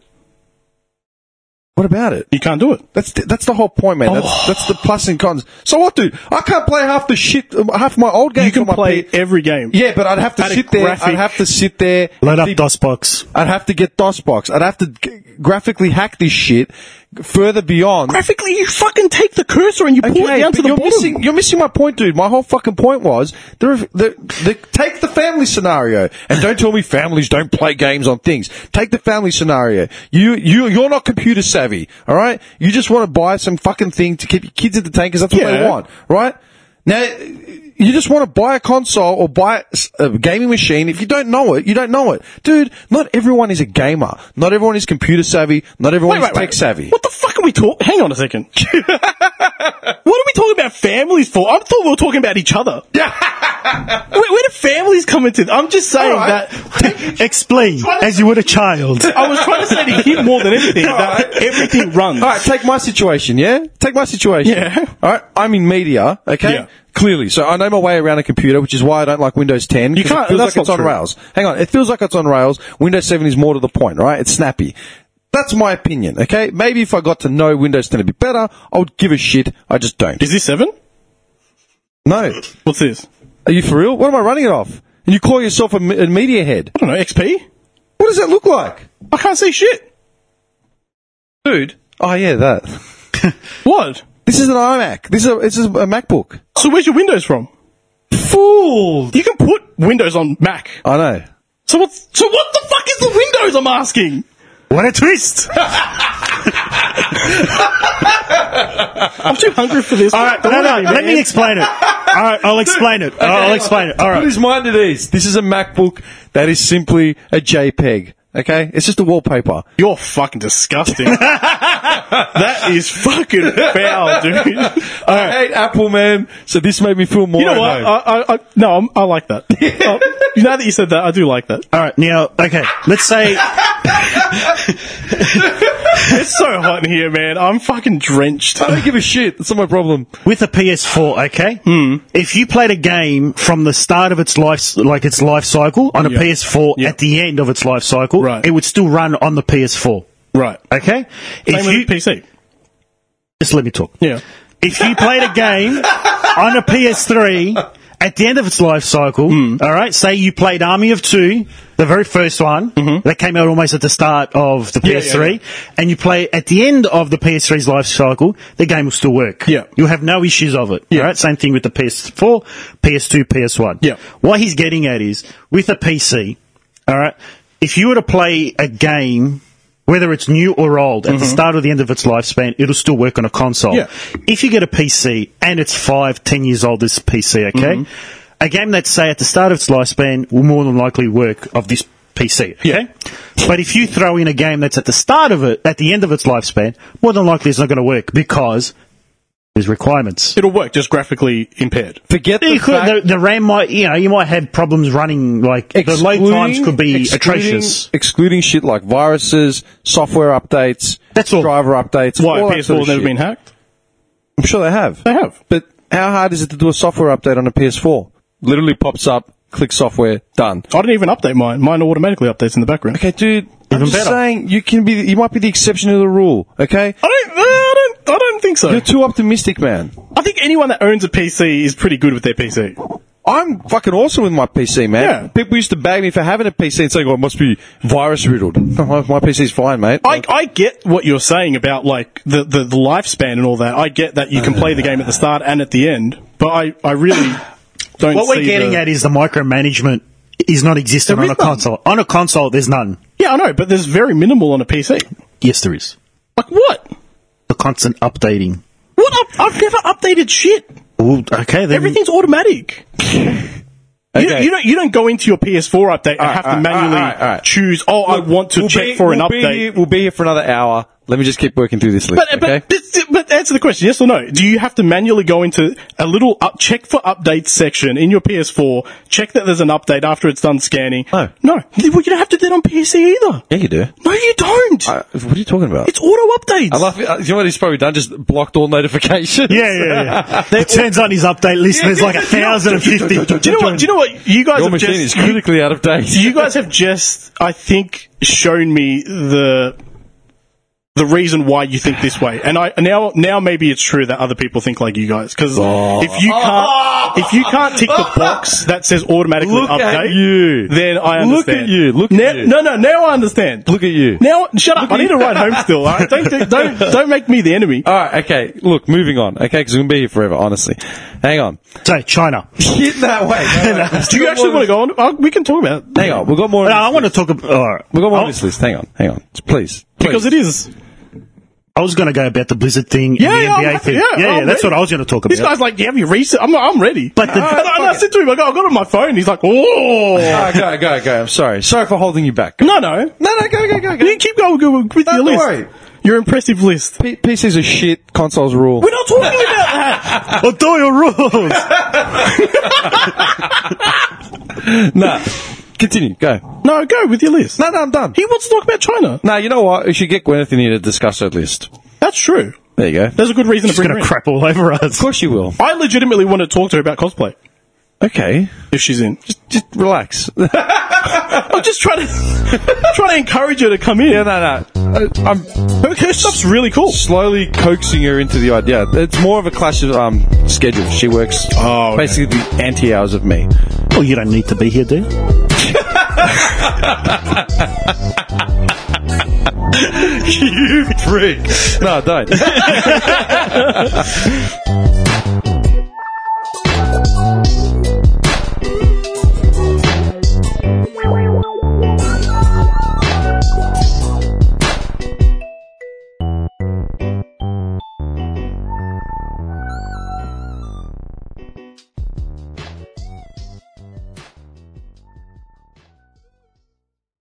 S1: What about it?
S3: You can't do it.
S1: That's the, that's the whole point, man. That's,
S3: Oh.
S1: that's the plus and cons. So what, dude? I can't play half the shit, um, half my old games.
S3: You can
S1: on my
S3: play
S1: P-
S3: every game.
S1: yeah, but I'd have to
S3: Add a
S1: sit there. I'd
S3: graphic.
S1: have to sit there.
S2: load up
S1: Be-
S2: DOSBox.
S1: I'd have to get DOSBox. I'd have to g- graphically hack this shit further beyond.
S3: Graphically, you fucking take the cursor and you pull it down
S1: but
S3: to the
S1: you're
S3: bottom.
S1: Missing, you're missing my point, dude. My whole fucking point was they're, they're, they take the family scenario and don't tell me families don't play games on things. Take the family scenario. You you you're not computer savvy, all right? You just want to buy some fucking thing to keep your kids entertained because that's what
S3: Yeah.
S1: they want, right? Now. you just want to buy a console or buy a gaming machine. If you don't know it, you don't know it, dude. Not everyone is a gamer. Not everyone is computer savvy. Not everyone is tech savvy.
S3: What the fuck are we talking? Hang on a second. what are we talking about families for? I thought we were talking about each other. Yeah. where, where do families come into? th- I'm just saying
S1: Alright.
S3: that.
S2: Explain as you would a child.
S3: I was trying to say to him more than anything that everything runs.
S1: All right, take my situation, yeah? Take my situation.
S3: Yeah.
S1: All right, I'm in media, okay?
S3: Yeah.
S1: Clearly. So I know my way around a computer, which is why I don't like Windows 10. 'cause
S3: You can't-
S1: It feels
S3: that's
S1: like it's
S3: not
S1: on
S3: true.
S1: rails. Hang on. It feels like it's on rails. Windows 7 is more to the point, right? It's snappy. That's my opinion, okay? Maybe if I got to know Windows 10 a bit better, I would give a shit. I just don't.
S3: Is this seven?
S1: No.
S3: What's this?
S1: Are you for real? What am I running it off? And you call yourself a, me- a media head.
S3: I don't know. XP.
S1: What does that look like?
S3: I can't see shit.
S1: Dude. Oh yeah, that.
S3: What?
S1: This is an iMac. This is a, this is a MacBook.
S3: So where's your Windows from?
S1: Fool!
S3: You can put Windows on Mac.
S1: I know.
S3: So what's so what the fuck is the Windows? I'm asking.
S2: What a twist!
S3: I'm too hungry for this.
S2: All right, no, no, let me explain it. All right, I'll explain it. I'll explain it. All
S1: Put
S2: right.
S1: his mind at ease. This is a MacBook that is simply a JPEG. Okay, it's just a wallpaper.
S3: You're fucking disgusting. that is fucking foul, dude. All
S1: I hate Apple, man. So this made me feel more.
S3: You know what?
S1: at
S3: I,
S1: home.
S3: I, I, no, I'm, I like that. Uh, now that you said that, I do like that.
S2: All right, now, okay, let's say,
S3: It's so hot in here, man. I'm fucking drenched.
S1: I don't give a shit. That's not my problem.
S2: with a PS4, okay?
S3: Hmm.
S2: If you played a game from the start of its life, like its life cycle, on a
S3: Yeah.
S2: PS4
S3: Yeah.
S2: at the end of its life cycle,
S3: Right.
S2: it would still run on the PS4,
S3: Right.
S2: okay?
S3: Same
S2: If
S3: with
S2: you,
S3: the PC.
S2: just let me talk.
S3: Yeah.
S2: If you played a game on a PS3 at the end of its life cycle,
S3: Mm.
S2: all right, say you played Army of Two, the very first one that came out almost at the start of the
S3: Mm-hmm. Yeah,
S2: PS3, and you play at the end of the PS3's life cycle, the game will still work.
S3: Yeah.
S2: you'll have no issues of it.
S3: Yeah.
S2: All right, same thing with the PS4, PS2, PS1.
S3: Yeah.
S2: what he's getting at is with a PC, all right, if you were to play a game. Whether it's new or old, at the start or the end of its lifespan, it'll still work on a console
S3: Mm-hmm. Yeah.
S2: if you get a PC and it's five, ten years old, this PC, okay,
S1: Mm-hmm.
S2: a game that say at the start of its lifespan will more than likely work of this PC, okay.
S3: Yeah.
S2: But if you throw in a game that's at the start of it, at the end of its lifespan, more than likely it's not going to work because there's requirements.
S3: It'll work, just graphically impaired.
S1: Forget the
S2: You could-
S1: fact.
S2: the, the RAM might, you know, you might have problems running. Like the load
S1: excluding-
S2: times could be
S1: excluding-
S2: atrocious.
S1: Excluding shit like viruses, software updates,
S2: That's all.
S1: driver updates.
S3: Why?
S1: all that
S3: PS4 has
S1: sort of
S3: never
S1: shit.
S3: been hacked?
S1: I'm sure they have.
S3: They have.
S1: But how hard is it to do a software update on a PS4? Literally pops up, click software, done.
S3: I didn't even update mine. Mine automatically updates in the background.
S1: Okay, dude. I'm
S2: Even
S1: just
S2: better.
S1: saying you can be. You might be the exception to the rule. Okay,
S3: I don't, I don't, I don't think so.
S1: you're too optimistic, man.
S3: I think anyone that owns a PC is pretty good with their PC.
S1: I'm fucking awesome with my PC, man.
S3: Yeah.
S1: People used to bag me for having a PC and saying, "Oh, it must be virus riddled." No, my my PC's fine, mate.
S3: I, I get what you're saying about like the, the, the lifespan and all that. I get that you can play the game at the start and at the end, but I, I really don't.
S2: What we're
S3: see
S2: getting
S3: the-
S2: at is the micromanagement is non-existent
S3: There
S2: on a
S3: is none.
S2: console. On a console, there's none.
S3: yeah, I know, but there's very minimal on a PC.
S2: Yes, there is.
S3: Like what?
S2: The constant updating.
S3: What? up- I've never updated shit.
S2: Well, okay, then.
S3: Everything's automatic. You-
S1: Okay.
S3: You, don't you don't go into your PS4 update and
S1: right,
S3: have to
S1: all right,
S3: manually
S1: all right, all right.
S3: choose. Oh, I want to
S1: We'll
S3: check
S1: be-
S3: for
S1: we'll
S3: an
S1: be
S3: update.
S1: here- we'll be here for another hour. Let me just keep working through this list.
S3: But,
S1: okay?
S3: but, this- but answer the question, yes or no? Do you have to manually go into a little up, check for updates section in your PS4, check that there's an update after it's done scanning?
S1: No.
S3: No. Well, you don't have to do that on PC either.
S1: yeah, you do.
S3: No, you don't.
S1: I, what are you talking about?
S3: it's auto updates.
S1: I love. Uh, You know what he's probably done? Just blocked all notifications.
S2: Yeah, yeah, yeah. it turns on his update list. and there's like a thousand and fifty.
S3: do you know what? Do you know what? You guys
S1: Your
S3: have
S1: machine is
S3: just
S1: critically out of date.
S3: you guys have just I think shown me the the reason why you think this way, and I now now maybe it's true that other people think like you guys because
S1: Oh.
S3: if you can't if you can't tick the box that says automatically
S1: Look
S3: update
S1: at you.
S3: then I
S1: Look
S3: understand.
S1: at you. Look at
S3: now,
S1: you.
S3: No, no, now I understand.
S1: Look at you.
S3: Now, shut up! I need to ride home still. All right? Don't don't don't make me the enemy.
S1: All right, okay. Look, moving on. Okay, because we're gonna be here forever. Honestly, hang on.
S2: So China.
S1: Shit that way.
S3: Do you actually want to go on? Uh, we can talk about it.
S1: Hang on. We've got more.
S2: No, I want to talk about. All right.
S1: We've got more on
S2: I'll-
S1: this list. Hang on. Hang on. Please. Please.
S3: because it is.
S2: I I was going to go about the Blizzard thing
S3: Yeah,
S2: and the
S3: yeah, I'm
S2: NBA
S3: happy.
S2: thing.
S3: Yeah,
S2: yeah,
S3: I'm
S2: that's
S3: ready.
S2: what I was going to talk about.
S3: This guy's like, "Do you have your research?" I'm, I'm ready.
S2: But the-
S3: and I, and I said to him, "I got, I got it on my phone." He's like, "Oh,
S1: Ah, go, go, go. I'm sorry. Sorry for holding you back.
S3: no, no,
S1: No, no, go, go, go, go.
S3: you keep going with with
S1: No,
S3: your
S1: don't
S3: list,
S1: worry.
S3: your impressive list."
S1: P- PCs are shit. Consoles rule.
S3: We're not talking about that.
S2: Obey Oh, your rules.
S1: Nah. Continue. Go.
S3: No, go with your list.
S1: No, no, I'm done.
S3: He wants to talk about China.
S1: No, you know what? We should get Gwyneth in here to discuss that list.
S3: That's true.
S1: There you go. Of
S3: There's a good reason
S2: He's
S3: to bring
S2: going
S3: her
S2: to
S3: in.
S2: crap all over us.
S1: course you will.
S3: I legitimately want to talk to her about cosplay
S1: Okay.
S3: if she's in. Just,
S1: Just relax.
S3: I'm just trying to trying to encourage her to come in.
S1: Yeah, no, no. I, Uh, I'm
S3: Her, her stuff's really cool.
S1: slowly coaxing her into the idea. It's more of a clash of um, schedule. She works
S3: Oh, okay.
S1: basically the anti hours of me.
S2: Well, you don't need to be here, do you?
S1: you prick. No, I don't.